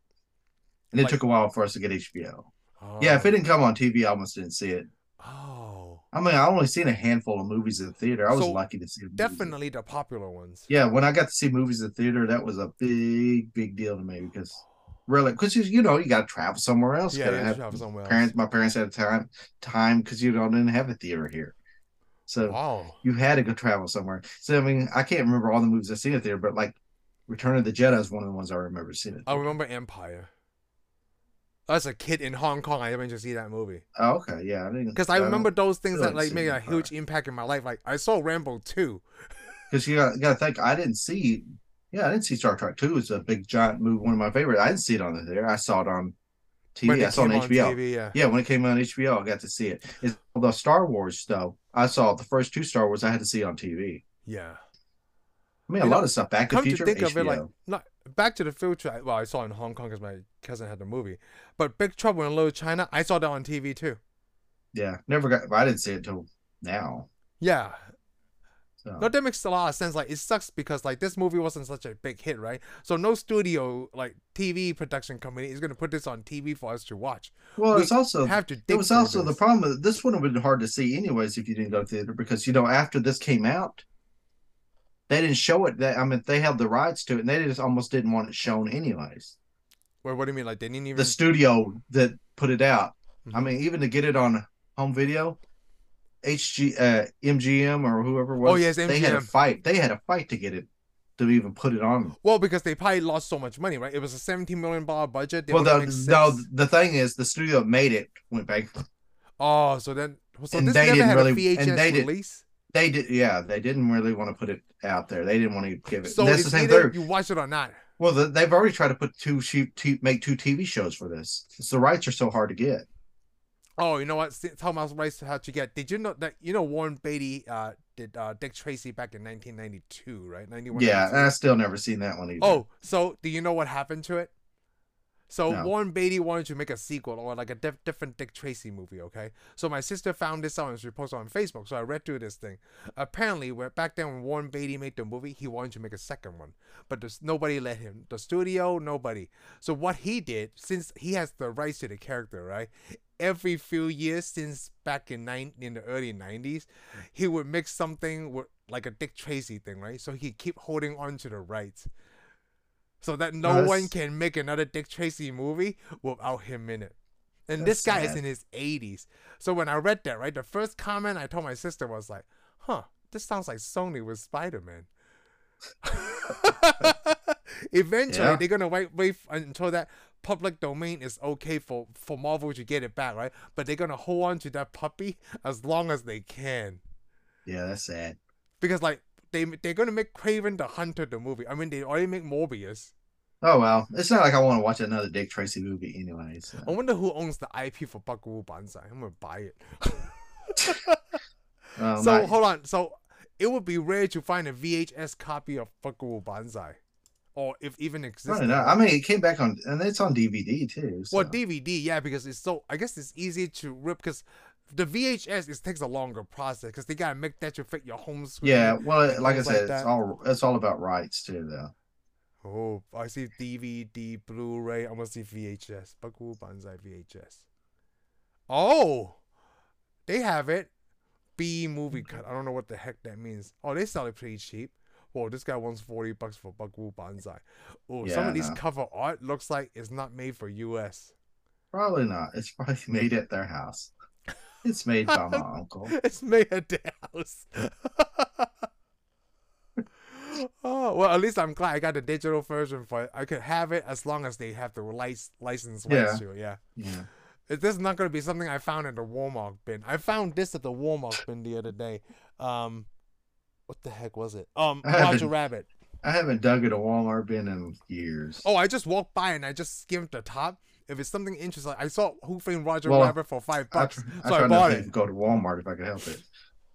[SPEAKER 2] and it
[SPEAKER 1] Like-
[SPEAKER 2] took a while for us to get HBO.
[SPEAKER 1] Oh.
[SPEAKER 2] Yeah, if it didn't come on TV, I almost didn't see it.
[SPEAKER 1] Oh.
[SPEAKER 2] I mean, I only seen a handful of movies in the theater. I was
[SPEAKER 1] So,
[SPEAKER 2] lucky to see a movie.
[SPEAKER 1] Definitely the popular ones.
[SPEAKER 2] Yeah, when I got to see movies in the theater, that was a big, big deal to me because really, because you, you know, you got to travel somewhere else.
[SPEAKER 1] Yeah,
[SPEAKER 2] gotta
[SPEAKER 1] you
[SPEAKER 2] have-
[SPEAKER 1] travel somewhere else.
[SPEAKER 2] Parents, my parents had a time time because you don't didn't have a theater here, so
[SPEAKER 1] Wow.
[SPEAKER 2] you had to go travel somewhere. So I mean, I can't remember all the movies I've seen in the theater, but like Return of the Jedi is one of the ones I remember seeing. It.
[SPEAKER 1] I remember Empire. As a kid in Hong Kong, I went to see that movie
[SPEAKER 2] Oh, okay, yeah,
[SPEAKER 1] because I remember those things
[SPEAKER 2] feel
[SPEAKER 1] that
[SPEAKER 2] like
[SPEAKER 1] like made
[SPEAKER 2] seeing
[SPEAKER 1] a huge impact in my life. Like I saw Rambo two.
[SPEAKER 2] because you got, got to think I didn't see. Yeah, I didn't see Star Trek Two. It's a big giant movie, one of my favorite. I didn't see it on the theater. I saw it on TV. I saw it on HBO.
[SPEAKER 1] TV, yeah.
[SPEAKER 2] Yeah, when it came on HBO, I got to see it. It's the Star Wars though. I saw the first two Star Wars. I had to see on TV.
[SPEAKER 1] Yeah.
[SPEAKER 2] I mean,
[SPEAKER 1] You
[SPEAKER 2] a lot
[SPEAKER 1] know,
[SPEAKER 2] of stuff. Back to the
[SPEAKER 1] Come to
[SPEAKER 2] Future,
[SPEAKER 1] think
[SPEAKER 2] HBO.
[SPEAKER 1] of it, like not Back to the Future. I- Well, I saw it in Hong Kong because my cousin had the movie. But Big Trouble in Little China, I saw that on TV too.
[SPEAKER 2] yeah, never got. I didn't see it until now.
[SPEAKER 1] Yeah.
[SPEAKER 2] So.
[SPEAKER 1] No, that makes a lot of sense. Like it sucks because like this movie wasn't such a big hit, right? So no studio like TV production company is gonna put this on TV for us to watch.
[SPEAKER 2] well,
[SPEAKER 1] we
[SPEAKER 2] it's also
[SPEAKER 1] Have to.
[SPEAKER 2] Oh, it
[SPEAKER 1] dig
[SPEAKER 2] was
[SPEAKER 1] for
[SPEAKER 2] also the
[SPEAKER 1] this.
[SPEAKER 2] problem. Is this would have been hard to see anyways if you didn't go to theater because you know after this came out, they didn't show it. That I mean, they held the rights to it, and they just almost didn't want it shown anyways.
[SPEAKER 1] Wait, what do you mean? Like they didn't even.
[SPEAKER 2] The studio that put it out. I
[SPEAKER 1] Mhm.
[SPEAKER 2] mean, even to get it on home video, HG uh, MGM or whoever it was.
[SPEAKER 1] Oh, yes,
[SPEAKER 2] they had a
[SPEAKER 1] MGM.
[SPEAKER 2] fight. They had a fight to get it to even put it on.
[SPEAKER 1] well, because they probably lost so much money, right? It was a seventeen million dollar budget. They
[SPEAKER 2] well,
[SPEAKER 1] only
[SPEAKER 2] the,
[SPEAKER 1] make six.
[SPEAKER 2] no, the thing is, the studio that made it went bankrupt.
[SPEAKER 1] Oh, so then. So
[SPEAKER 2] And
[SPEAKER 1] this
[SPEAKER 2] they
[SPEAKER 1] never
[SPEAKER 2] didn't
[SPEAKER 1] had
[SPEAKER 2] really-
[SPEAKER 1] a VHS
[SPEAKER 2] and they did-
[SPEAKER 1] release.
[SPEAKER 2] They did, yeah, they didn't really want to put it out there. They didn't want to give it.
[SPEAKER 1] So
[SPEAKER 2] that's
[SPEAKER 1] it's
[SPEAKER 2] the same
[SPEAKER 1] either
[SPEAKER 2] thing.
[SPEAKER 1] you watch it or not.
[SPEAKER 2] Well, the, they've already tried to put two cheap, t- make two TV shows for this. It's the rights are so hard to get.
[SPEAKER 1] Oh, you know what? Si- Tell Miles Rice how to get. Did you know that you know Warren Beatty uh, did uh, Dick Tracy back in 1992, right? 91.
[SPEAKER 2] yeah,
[SPEAKER 1] 92?
[SPEAKER 2] and I still never seen that one either.
[SPEAKER 1] Oh, so do you know what happened to it? So
[SPEAKER 2] No.
[SPEAKER 1] Warren Beatty wanted to make a sequel or like a diff- different Dick Tracy movie, okay? So my sister found this out and she posted it on Facebook. So I read through this thing. Apparently, where back then when Warren Beatty made the movie, he wanted to make a second one, but there's nobody let him. The studio, nobody. So what he did, since he has the rights to the character, right? Every few years since back in nine in the early nineties, he would make something with like a Dick Tracy thing, right? So he keep holding on to the rights so that no
[SPEAKER 2] that's-
[SPEAKER 1] one can make another Dick Tracy movie without him in it. And this
[SPEAKER 2] That's
[SPEAKER 1] guy is
[SPEAKER 2] sad.
[SPEAKER 1] in his 80s. So when I read that, right, the first comment I told my sister was like, huh, this sounds like Sony with Spider Man. Eventually,
[SPEAKER 2] Yeah.
[SPEAKER 1] they're going to wait, wait until that public domain is okay for, for Marvel to get it back, right? But they're going to hold on to that puppy as long as they can
[SPEAKER 2] yeah, that's sad.
[SPEAKER 1] because like they they're gonna make Craven the Hunter the movie. I mean, they already make Morbius.
[SPEAKER 2] Oh well, it's not like I want to watch another Dick Tracy movie anyway. So.
[SPEAKER 1] I wonder who owns the IP for Buckaroo Banzai. I'm gonna buy it.
[SPEAKER 2] Um,
[SPEAKER 1] so
[SPEAKER 2] I-
[SPEAKER 1] hold on. So it would be rare to find a VHS copy of Buckaroo Banzai, or if even
[SPEAKER 2] I
[SPEAKER 1] exists.
[SPEAKER 2] don't know. I mean, it came back on, and it's on DVD too. So.
[SPEAKER 1] Well, DVD, yeah, because it's so. I guess it's easy to rip because the VHS it takes a longer process because they gotta make that to fit your home screen.
[SPEAKER 2] yeah. Well,
[SPEAKER 1] and
[SPEAKER 2] like I
[SPEAKER 1] things
[SPEAKER 2] said,
[SPEAKER 1] like
[SPEAKER 2] it's
[SPEAKER 1] that.
[SPEAKER 2] all it's all about rights too, though.
[SPEAKER 1] Oh, I see DVD, Blu-ray. I'm gonna see VHS. Baku Banzai VHS. Oh, they have it. B movie cut. I don't know what the heck that means. Oh, they sell it pretty cheap. Whoa, this guy wants forty bucks for Baku Banzai. Oh, some
[SPEAKER 2] Yeah, I
[SPEAKER 1] of these
[SPEAKER 2] know.
[SPEAKER 1] cover art looks like it's not made for U.S.
[SPEAKER 2] Probably not. It's probably made at their house. It's made by my uncle.
[SPEAKER 1] It's made at the house. oh well, at least I'm glad I got the digital version for it. I could have it as long as they have the lic- license rights to it. Yeah.
[SPEAKER 2] Yeah.
[SPEAKER 1] Is This is not going to be something I found in the Walmart bin. I found this at the Walmart bin the other day. Um, What the heck was it? Um, Roger Rabbit.
[SPEAKER 2] I haven't dug at a Walmart bin in years.
[SPEAKER 1] Oh, I just walked by and I just skimmed the top. If it's something interesting, I saw Who Framed Roger
[SPEAKER 2] Well,
[SPEAKER 1] Rabbit for five
[SPEAKER 2] I,
[SPEAKER 1] bucks,
[SPEAKER 2] tr- I
[SPEAKER 1] so I,
[SPEAKER 2] try not
[SPEAKER 1] bought
[SPEAKER 2] to
[SPEAKER 1] it.
[SPEAKER 2] go to Walmart if I could help it.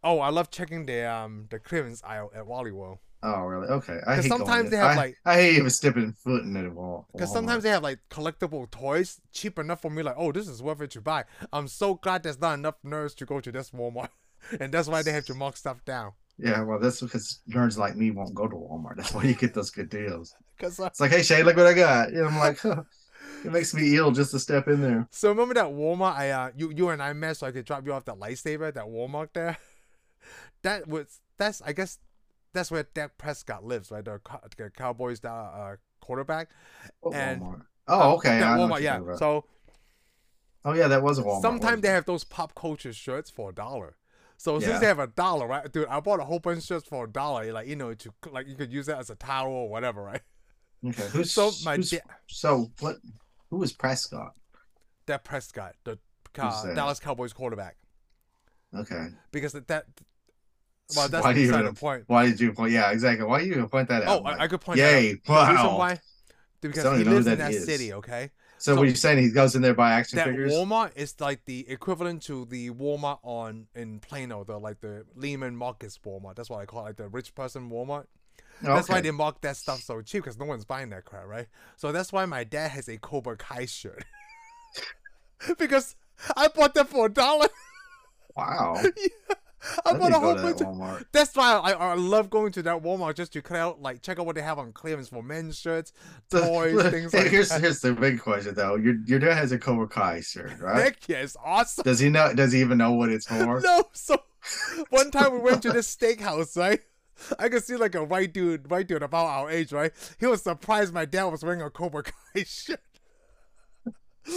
[SPEAKER 1] Oh, I love checking the um the clearance aisle at Wally World
[SPEAKER 2] Oh, really? Okay. I
[SPEAKER 1] 'Cause
[SPEAKER 2] hate
[SPEAKER 1] sometimes
[SPEAKER 2] going to-
[SPEAKER 1] they have,
[SPEAKER 2] I,
[SPEAKER 1] like-
[SPEAKER 2] I hate even stepping foot in it at Wal- Walmart.
[SPEAKER 1] because sometimes they have like collectible toys cheap enough for me. Like, oh, this is worth it to buy. I'm so glad there's not enough nerds to go to this Walmart, and that's why they have to mark stuff down.
[SPEAKER 2] Yeah, well, that's because nerds like me won't go to Walmart. That's why you get those good deals.
[SPEAKER 1] Because
[SPEAKER 2] It's like, hey, Shay, look what I got. And I'm like, huh, it makes me ill just to step in there.
[SPEAKER 1] So remember that Walmart I uh you you and I met so I could drop you off that lightsaber at that Walmart there? That was that's I guess that's where Dak Prescott lives, right? The, co- the Cowboys uh, uh quarterback.
[SPEAKER 2] What
[SPEAKER 1] And-
[SPEAKER 2] Walmart? Oh, okay.
[SPEAKER 1] That
[SPEAKER 2] I know what
[SPEAKER 1] Walmart,
[SPEAKER 2] you're talking
[SPEAKER 1] yeah.
[SPEAKER 2] about.
[SPEAKER 1] So
[SPEAKER 2] oh, yeah, that was a Walmart.
[SPEAKER 1] sometimes
[SPEAKER 2] wasn't
[SPEAKER 1] they
[SPEAKER 2] it?
[SPEAKER 1] have those pop culture shirts for a dollar. So since
[SPEAKER 2] Yeah.
[SPEAKER 1] they have a dollar, right, dude, I bought a whole bunch of shirts for a dollar, like you know, to like you could use that as a towel or whatever, right?
[SPEAKER 2] Okay. Who's,
[SPEAKER 1] So my
[SPEAKER 2] who's-
[SPEAKER 1] da-
[SPEAKER 2] so what? Who was Prescott?
[SPEAKER 1] Dak Prescott, the
[SPEAKER 2] Who's
[SPEAKER 1] uh,
[SPEAKER 2] that?
[SPEAKER 1] Dallas Cowboys quarterback,
[SPEAKER 2] Okay.
[SPEAKER 1] because that well that's
[SPEAKER 2] why, do you
[SPEAKER 1] beside the
[SPEAKER 2] even,
[SPEAKER 1] point.
[SPEAKER 2] why did you point? Yeah, exactly. Why do you even point that
[SPEAKER 1] Oh,
[SPEAKER 2] out?
[SPEAKER 1] I, I could point that out.
[SPEAKER 2] Yay.
[SPEAKER 1] The reason
[SPEAKER 2] Wow.
[SPEAKER 1] why? Because
[SPEAKER 2] don't
[SPEAKER 1] he
[SPEAKER 2] even know
[SPEAKER 1] lives
[SPEAKER 2] who
[SPEAKER 1] in
[SPEAKER 2] that
[SPEAKER 1] that
[SPEAKER 2] is.
[SPEAKER 1] city, okay?
[SPEAKER 2] so, what
[SPEAKER 1] so-
[SPEAKER 2] you're saying, he goes in there by action
[SPEAKER 1] That
[SPEAKER 2] figures?
[SPEAKER 1] Walmart is like the equivalent to the Walmart on in Plano, the like the Lehman Marcus Walmart. That's what I call it, like the rich person Walmart. That's why
[SPEAKER 2] Okay.
[SPEAKER 1] they mark that stuff so cheap because no one's buying that crap, right? So that's why my dad has a Cobra Kai shirt because I bought that for a dollar.
[SPEAKER 2] Wow.
[SPEAKER 1] I
[SPEAKER 2] Let
[SPEAKER 1] bought
[SPEAKER 2] me
[SPEAKER 1] a whole
[SPEAKER 2] go to that
[SPEAKER 1] bunch. of-
[SPEAKER 2] Walmart.
[SPEAKER 1] That's why I, I love going to that Walmart just to cut out, like check out what they have on clearance for men's shirts, toys, things like
[SPEAKER 2] here's,
[SPEAKER 1] that.
[SPEAKER 2] here's the big question though. Your your dad has a Cobra Kai shirt, right?
[SPEAKER 1] Heck yeah, it's awesome.
[SPEAKER 2] Does he know? Does he even know what it's for?
[SPEAKER 1] No, so one time we went to this steakhouse, right? I could see like a white dude, white dude about our age, right? He was surprised my dad was wearing a Cobra Kai shirt.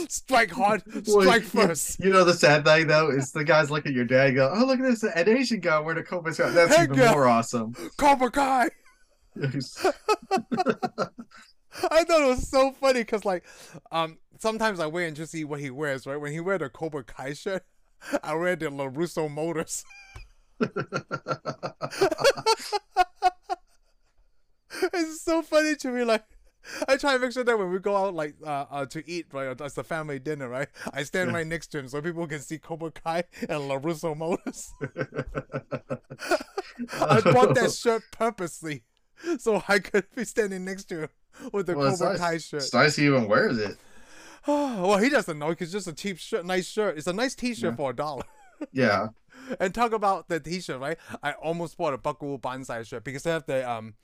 [SPEAKER 1] Strike hard,
[SPEAKER 2] Well,
[SPEAKER 1] strike
[SPEAKER 2] you-
[SPEAKER 1] first.
[SPEAKER 2] You know the sad thing though is the guys look at your dad and go, "Oh, look at this, an Asian guy wearing a Cobra shirt. That's
[SPEAKER 1] Heck
[SPEAKER 2] even
[SPEAKER 1] yeah.
[SPEAKER 2] more awesome."
[SPEAKER 1] Cobra Kai. I thought it was so funny because like, um, sometimes I wait and just see what he wears, right? When he wear the Cobra Kai shirt, I wear the Larusso Motors. it's so funny to me. Like, I try to make sure that when we go out, like, uh, uh to eat, right, as a family dinner, right, I stand right next to him so people can see Cobra Kai and Larusso Motors. I bought that shirt purposely so I could be standing next to him with the
[SPEAKER 2] Well, it's
[SPEAKER 1] Cobra
[SPEAKER 2] nice.
[SPEAKER 1] Kai shirt.
[SPEAKER 2] It's nice he even wears it.
[SPEAKER 1] well, he doesn't know. 'cause It's just a cheap shirt, nice shirt. It's a nice T-shirt
[SPEAKER 2] Yeah.
[SPEAKER 1] for a dollar.
[SPEAKER 2] Yeah.
[SPEAKER 1] And talk about the T-shirt, right? I almost bought a Buckaroo Banzai shirt because they have the um,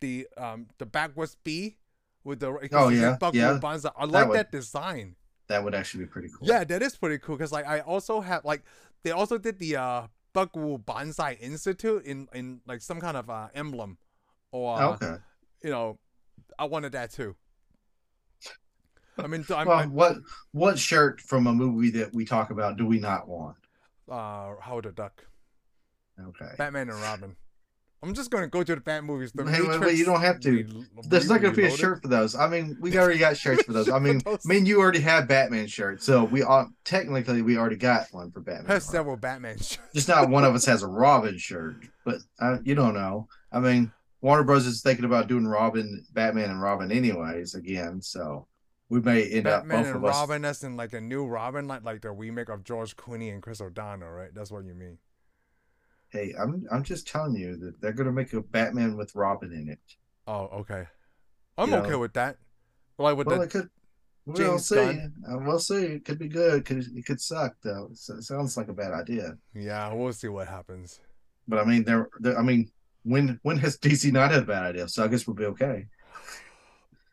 [SPEAKER 1] the um, the backwards B with the it
[SPEAKER 2] Oh,
[SPEAKER 1] says
[SPEAKER 2] yeah,
[SPEAKER 1] Buckaroo
[SPEAKER 2] yeah.
[SPEAKER 1] Banzai. I like
[SPEAKER 2] would-
[SPEAKER 1] that design.
[SPEAKER 2] That would actually be pretty cool.
[SPEAKER 1] Yeah, that is pretty cool. Cause like I also have like they also did the uh Buckaroo Banzai Institute in in like some kind of uh, emblem, or uh,
[SPEAKER 2] Oh, okay.
[SPEAKER 1] you know, I wanted that too. I mean, I'm,
[SPEAKER 2] well, what what shirt from a movie that we talk about do we not want?
[SPEAKER 1] uh, Howard the Duck.
[SPEAKER 2] Okay.
[SPEAKER 1] Batman and Robin. I'm just gonna go to the Bat movies. The
[SPEAKER 2] Hey, wait, wait,
[SPEAKER 1] Matrix
[SPEAKER 2] you don't have to.
[SPEAKER 1] re-
[SPEAKER 2] There's not going to be a
[SPEAKER 1] reloaded.
[SPEAKER 2] shirt for those. I mean, we already got shirts for those. I mean,
[SPEAKER 1] For those.
[SPEAKER 2] I mean, you already have Batman shirts, so we all technically we already got one for
[SPEAKER 1] I
[SPEAKER 2] Batman.
[SPEAKER 1] have
[SPEAKER 2] Robin.
[SPEAKER 1] several Batman shirts.
[SPEAKER 2] Just not one of us has a Robin shirt, but uh, you don't know. I mean, Warner Bros is thinking about doing Robin, Batman, and Robin anyways again, so we may end up
[SPEAKER 1] Batman
[SPEAKER 2] both
[SPEAKER 1] and
[SPEAKER 2] of us.
[SPEAKER 1] Robin, as in like a new Robin, like like the remake of George Clooney and Chris O'Donnell, right? That's what you mean.
[SPEAKER 2] Hey, I'm I'm just telling you that they're going to make a Batman with Robin in it.
[SPEAKER 1] Oh, okay. I'm
[SPEAKER 2] Yeah.
[SPEAKER 1] okay with that. Like with
[SPEAKER 2] Well,
[SPEAKER 1] the
[SPEAKER 2] it could. We'll
[SPEAKER 1] James
[SPEAKER 2] see.
[SPEAKER 1] Gunn.
[SPEAKER 2] Uh, We'll see. It could be good. Could it could suck though? So, sounds like a bad idea.
[SPEAKER 1] yeah, we'll see what happens.
[SPEAKER 2] But I mean, there. there- I mean, when when has DC not had a bad idea? So I guess we'll be okay.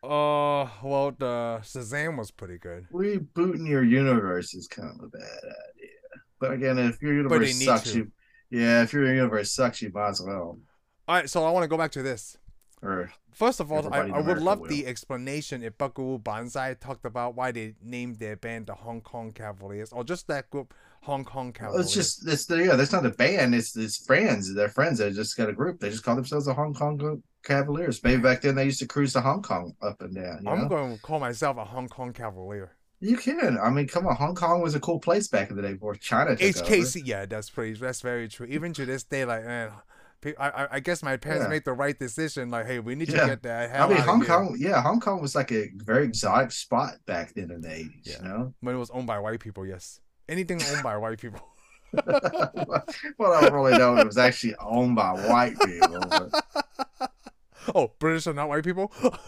[SPEAKER 1] Uh, well, the Shazam was pretty good,
[SPEAKER 2] Rebooting your universe is kind of a bad idea. But again, if your
[SPEAKER 1] But they
[SPEAKER 2] universe
[SPEAKER 1] need
[SPEAKER 2] sucks,
[SPEAKER 1] to.
[SPEAKER 2] you yeah, if your universe sucks, you might as well.
[SPEAKER 1] All right, so I want to go back to this.
[SPEAKER 2] Or
[SPEAKER 1] First of all, I,
[SPEAKER 2] Everybody in
[SPEAKER 1] I would
[SPEAKER 2] America
[SPEAKER 1] love
[SPEAKER 2] will.
[SPEAKER 1] the explanation if Buckaroo Banzai talked about why they named their band the Hong Kong Cavaliers or just that group Hong Kong Cavaliers.
[SPEAKER 2] it's just it's yeah, that's not a band. It's it's friends. They're friends. They just got a group. They just call themselves the Hong Kong Cavaliers. Maybe back then they used to cruise to Hong Kong up and down. You,
[SPEAKER 1] I'm
[SPEAKER 2] know?
[SPEAKER 1] going to call myself a Hong Kong Cavalier.
[SPEAKER 2] you can. I mean, come on, Hong Kong was a cool place back in the day before China took over.
[SPEAKER 1] HKC, yeah, that's pretty. That's very true. Even to this day, like man, pe- I, I- I guess my parents
[SPEAKER 2] Yeah.
[SPEAKER 1] made the right decision. Like, hey, we need
[SPEAKER 2] Yeah.
[SPEAKER 1] to get the hell
[SPEAKER 2] I mean,
[SPEAKER 1] outta
[SPEAKER 2] Hong
[SPEAKER 1] here.
[SPEAKER 2] Kong, yeah, Hong Kong was like a very exotic spot back then in the 80s,
[SPEAKER 1] Yeah.
[SPEAKER 2] you know?
[SPEAKER 1] When it was owned by white people, yes. Anything owned by white people.
[SPEAKER 2] well, I don't really know. It was actually owned by white people. but
[SPEAKER 1] oh, British are not white people.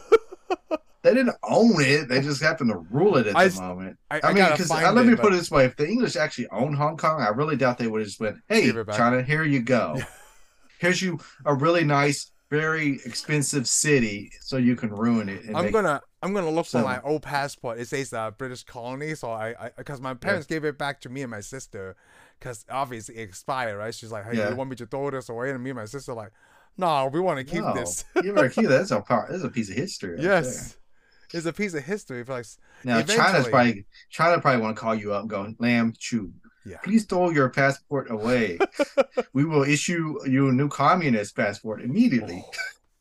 [SPEAKER 2] They didn't own it. They just happened to rule it at
[SPEAKER 1] I
[SPEAKER 2] the
[SPEAKER 1] s-
[SPEAKER 2] moment.
[SPEAKER 1] I,
[SPEAKER 2] I, mean,
[SPEAKER 1] gotta
[SPEAKER 2] because
[SPEAKER 1] find
[SPEAKER 2] let me
[SPEAKER 1] it,
[SPEAKER 2] put
[SPEAKER 1] but-
[SPEAKER 2] it this way: if the English actually owned Hong Kong, I really doubt they would have just went, "Hey,
[SPEAKER 1] Give it back."
[SPEAKER 2] China, here you go.
[SPEAKER 1] Yeah.
[SPEAKER 2] Here's you a really nice, very expensive city, so you can ruin it." And
[SPEAKER 1] I'm
[SPEAKER 2] make-
[SPEAKER 1] gonna I'm gonna look for
[SPEAKER 2] So-
[SPEAKER 1] my old passport. It says uh, British colony, so I because my parents gave it back to me and my sister, because obviously it expired, right? She's like, hey,
[SPEAKER 2] Yeah.
[SPEAKER 1] you want me to throw this away? And me and my sister like, no, we want to keep
[SPEAKER 2] No.
[SPEAKER 1] this.
[SPEAKER 2] you better keep that. That's a part. That's a piece of history. right there.
[SPEAKER 1] yes, it's a piece of history. For like, s-
[SPEAKER 2] Now China's
[SPEAKER 1] Eventually-
[SPEAKER 2] probably China probably want to call you up and go, Lamb Chu.
[SPEAKER 1] Yeah.
[SPEAKER 2] Please throw your passport away. we will issue you a new communist passport
[SPEAKER 1] Oh.
[SPEAKER 2] immediately.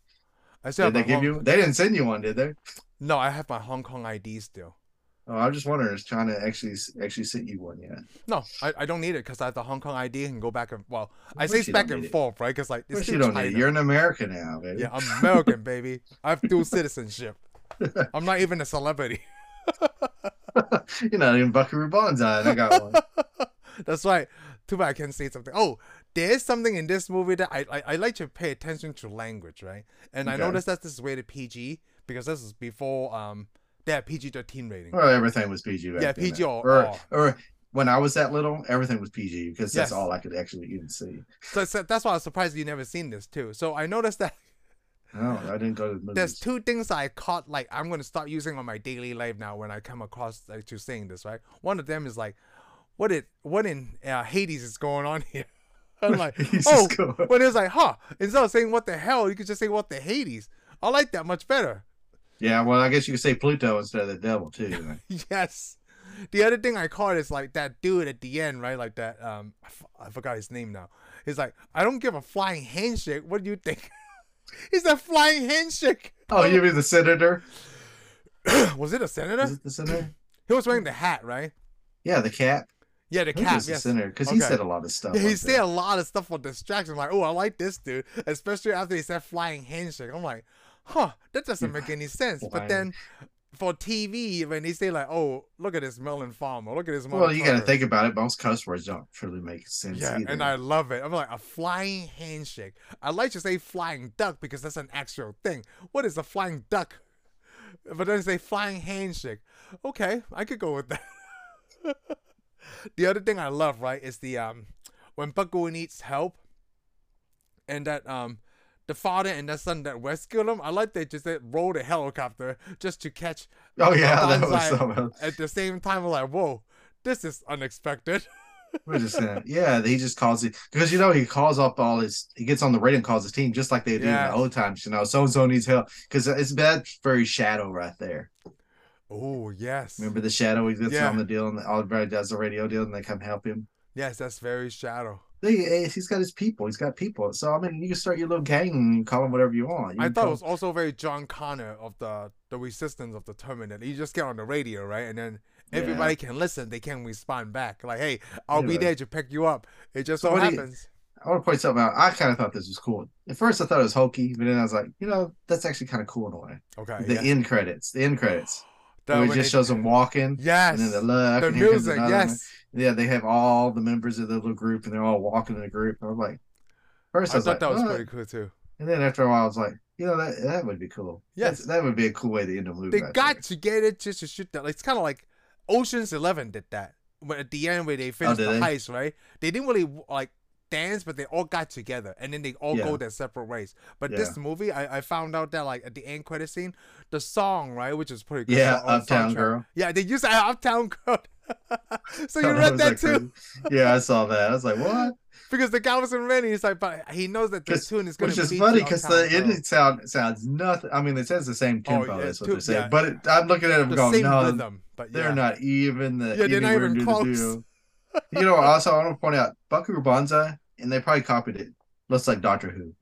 [SPEAKER 1] I still
[SPEAKER 2] Did
[SPEAKER 1] have
[SPEAKER 2] they
[SPEAKER 1] my
[SPEAKER 2] give
[SPEAKER 1] Hong-
[SPEAKER 2] you? They didn't send you one, did they?
[SPEAKER 1] No, I have my Hong Kong ID still.
[SPEAKER 2] Oh, I'm just wondering, is China actually actually sent you one yet?
[SPEAKER 1] No, I, I don't need it because I have the Hong Kong ID and go back and well, I
[SPEAKER 2] course
[SPEAKER 1] say
[SPEAKER 2] you
[SPEAKER 1] it's
[SPEAKER 2] don't
[SPEAKER 1] back
[SPEAKER 2] need
[SPEAKER 1] and
[SPEAKER 2] it.
[SPEAKER 1] forth, right? Because like
[SPEAKER 2] Of
[SPEAKER 1] it's
[SPEAKER 2] course you
[SPEAKER 1] still
[SPEAKER 2] don't
[SPEAKER 1] China.
[SPEAKER 2] need it. You're an American now, baby.
[SPEAKER 1] Yeah, I'm American, baby. I have dual citizenship. I'm not even a celebrity.
[SPEAKER 2] You're not even Buckaroo Banzai. and I got one.
[SPEAKER 1] That's right. Too bad I can't say something. Oh, there is something in this movie that I I, I like to pay attention to language, right? And I
[SPEAKER 2] Okay.
[SPEAKER 1] noticed that this is rated PG because this is before um they had PG thirteen rating.
[SPEAKER 2] Well, everything was PG. Back
[SPEAKER 1] Yeah,
[SPEAKER 2] then.
[SPEAKER 1] PG all-
[SPEAKER 2] Or,
[SPEAKER 1] all.
[SPEAKER 2] or when I was that little, everything was PG because
[SPEAKER 1] Yes.
[SPEAKER 2] that's all I could actually even see.
[SPEAKER 1] So, so that's why I was surprised you never seen this too. So I noticed that
[SPEAKER 2] No, I didn't go to the
[SPEAKER 1] there's
[SPEAKER 2] movies.
[SPEAKER 1] two things I caught like I'm gonna start using on my daily life now when I come across like to saying this, right? One of them is like, what it what in uh, Hades is going on here? I'm like,
[SPEAKER 2] He's
[SPEAKER 1] oh,
[SPEAKER 2] just going-
[SPEAKER 1] but it's like, huh? Instead of saying what the hell, you could just say what the Hades. I like that much better.
[SPEAKER 2] Yeah, well, I guess you could say Pluto instead of the devil too. right?
[SPEAKER 1] yes. The other thing I caught is like that dude at the end, right? Like that. Um, I, f- I forgot his name now. He's like, I don't give a flying handshake. What do you think? He's a flying handshake.
[SPEAKER 2] oh, you mean the senator?
[SPEAKER 1] was it a senator?
[SPEAKER 2] Is it the senator?
[SPEAKER 1] He was wearing the hat, right?
[SPEAKER 2] Yeah, the cat.
[SPEAKER 1] Yeah, the
[SPEAKER 2] I think
[SPEAKER 1] cap.
[SPEAKER 2] it's the
[SPEAKER 1] Yes.
[SPEAKER 2] senator because he
[SPEAKER 1] Okay.
[SPEAKER 2] said a lot of stuff.
[SPEAKER 1] Yeah, he
[SPEAKER 2] like
[SPEAKER 1] said
[SPEAKER 2] that.
[SPEAKER 1] a lot of stuff for distraction. Like, oh, I like this dude, especially after he said flying handshake. I'm like, huh, that doesn't make any sense. But
[SPEAKER 2] Flying.
[SPEAKER 1] then for TV, when they say like, oh, look at this melon farmer, look at this melon.
[SPEAKER 2] Well, you got to think about it. Most cuss words don't truly make sense.
[SPEAKER 1] Yeah,
[SPEAKER 2] either.
[SPEAKER 1] and I love it. I'm like a flying handshake. I like to say flying duck because that's an actual thing. What is a flying duck? But then say flying handshake. Okay, I could go with that. the other thing I love, right, is the um when Bucko needs help and that um the father and the son that rescued him, I like they just said roll the helicopter just to catch
[SPEAKER 2] Oh yeah, that was
[SPEAKER 1] Banzai
[SPEAKER 2] something else.
[SPEAKER 1] at the same time. I'm like, whoa, this is unexpected.
[SPEAKER 2] We're just saying, yeah, he just calls it because you know he calls up all his. He gets on the radio and calls his team just like they do in
[SPEAKER 1] Yeah.
[SPEAKER 2] the old times. You know, so and so needs help because it's bad. Very shadow right there.
[SPEAKER 1] Oh yes.
[SPEAKER 2] Remember the shadow he gets
[SPEAKER 1] Yeah.
[SPEAKER 2] on the deal and everybody does the radio deal and they come help him.
[SPEAKER 1] Yes, that's very shadow.
[SPEAKER 2] They, eh, he's got his people. He's got people. So I mean, you can start your little gang and you call them whatever you want. You
[SPEAKER 1] I
[SPEAKER 2] can
[SPEAKER 1] thought it
[SPEAKER 2] call-
[SPEAKER 1] was also very John Connor of the the resistance of the Terminator. You just get on the radio, right, and then everybody can listen. They can respond back, like, "Hey, I'll be
[SPEAKER 2] Anyway.
[SPEAKER 1] there to pick you up." It just
[SPEAKER 2] So
[SPEAKER 1] so
[SPEAKER 2] what do you-
[SPEAKER 1] happens.
[SPEAKER 2] I want to point something out. I kind of thought this was cool. At first, I thought it was hokey, but then I was like, you know, that's actually kind of cool in a way.
[SPEAKER 1] Okay.
[SPEAKER 2] The
[SPEAKER 1] Uh, yeah.
[SPEAKER 2] end credits, the end credits,
[SPEAKER 1] The-
[SPEAKER 2] where it
[SPEAKER 1] when
[SPEAKER 2] just
[SPEAKER 1] they-
[SPEAKER 2] shows them walking,
[SPEAKER 1] yes.
[SPEAKER 2] and then the
[SPEAKER 1] The,
[SPEAKER 2] look, and here comes
[SPEAKER 1] music.
[SPEAKER 2] another one.
[SPEAKER 1] Yes.
[SPEAKER 2] yeah, they have all the members of the little group, and they're all walking in a group. And I'm
[SPEAKER 1] I
[SPEAKER 2] like, first I,
[SPEAKER 1] thought
[SPEAKER 2] was like,
[SPEAKER 1] that was
[SPEAKER 2] "What?"
[SPEAKER 1] pretty cool too.
[SPEAKER 2] and then after a while, I was like, you know, that that would be cool.
[SPEAKER 1] Yes.
[SPEAKER 2] That's- that would be a cool way to end a movie.
[SPEAKER 1] They
[SPEAKER 2] right
[SPEAKER 1] got
[SPEAKER 2] there.
[SPEAKER 1] to get it just to shoot that. It's kind of like Ocean's Eleven did that. When at the end, where they finished
[SPEAKER 2] Oh, did
[SPEAKER 1] the
[SPEAKER 2] they?
[SPEAKER 1] heist, right? They didn't really like dance, but they all got together, and then they all
[SPEAKER 2] Yeah.
[SPEAKER 1] go their separate ways. But this movie, I, I found out that like at the end credit scene, the song, right, which is pretty good.
[SPEAKER 2] yeah,
[SPEAKER 1] song- on
[SPEAKER 2] Uptown
[SPEAKER 1] soundtrack.
[SPEAKER 2] Girl.
[SPEAKER 1] Yeah, they used that Uptown Girl. so you
[SPEAKER 2] I
[SPEAKER 1] read
[SPEAKER 2] was
[SPEAKER 1] that
[SPEAKER 2] like,
[SPEAKER 1] too,
[SPEAKER 2] crazy. Yeah, I saw that. I was like, what?
[SPEAKER 1] because the guy was in Rennie. He's like, but he knows that the
[SPEAKER 2] Which-
[SPEAKER 1] tune is going
[SPEAKER 2] Which
[SPEAKER 1] to
[SPEAKER 2] is
[SPEAKER 1] be
[SPEAKER 2] funny because the ending sound sounds nothing. I mean, it says the same
[SPEAKER 1] Oh,
[SPEAKER 2] tempo.
[SPEAKER 1] yeah,
[SPEAKER 2] that's what
[SPEAKER 1] two-
[SPEAKER 2] they're saying.
[SPEAKER 1] yeah.
[SPEAKER 2] But it, I'm looking at them
[SPEAKER 1] the
[SPEAKER 2] going,
[SPEAKER 1] same
[SPEAKER 2] no,
[SPEAKER 1] rhythm, but
[SPEAKER 2] they're
[SPEAKER 1] yeah.
[SPEAKER 2] not even the.
[SPEAKER 1] Yeah, they're not
[SPEAKER 2] anywhere
[SPEAKER 1] even
[SPEAKER 2] near the
[SPEAKER 1] close.
[SPEAKER 2] deal. you know, also I want to point out Buckaroo Banzai, and they probably copied it. Looks like Doctor Who.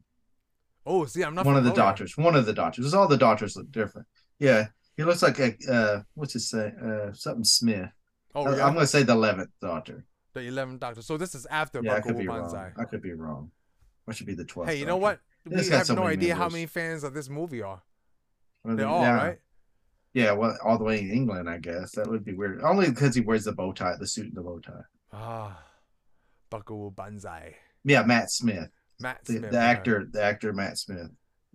[SPEAKER 1] Oh, see, I'm not
[SPEAKER 2] one of the
[SPEAKER 1] familiar.
[SPEAKER 2] doctors. One of the doctors. It's all the doctors look different. Yeah, he looks like a uh, what's his say? Uh, something Smith.
[SPEAKER 1] Oh,
[SPEAKER 2] I,
[SPEAKER 1] yeah.
[SPEAKER 2] am gonna say the eleventh doctor.
[SPEAKER 1] The Eleventh Doctor. So this is after
[SPEAKER 2] Yeah, I
[SPEAKER 1] Bucko
[SPEAKER 2] could be
[SPEAKER 1] Banzai.
[SPEAKER 2] wrong. I could be wrong. What should be the 12th?
[SPEAKER 1] Hey, you know what? We
[SPEAKER 2] This got
[SPEAKER 1] have
[SPEAKER 2] so
[SPEAKER 1] no
[SPEAKER 2] many
[SPEAKER 1] idea how
[SPEAKER 2] members.
[SPEAKER 1] many fans of this movie are.
[SPEAKER 2] Well,
[SPEAKER 1] They're
[SPEAKER 2] then-
[SPEAKER 1] all right.
[SPEAKER 2] yeah. Yeah, well, all the way in England, I guess. That would be weird. Only because he wears the bow tie, the suit and the bow tie.
[SPEAKER 1] Ah, Buckaroo Banzai.
[SPEAKER 2] Yeah, Matt Smith.
[SPEAKER 1] Matt
[SPEAKER 2] The,
[SPEAKER 1] Smith,
[SPEAKER 2] the
[SPEAKER 1] yeah.
[SPEAKER 2] actor, the actor Matt Smith.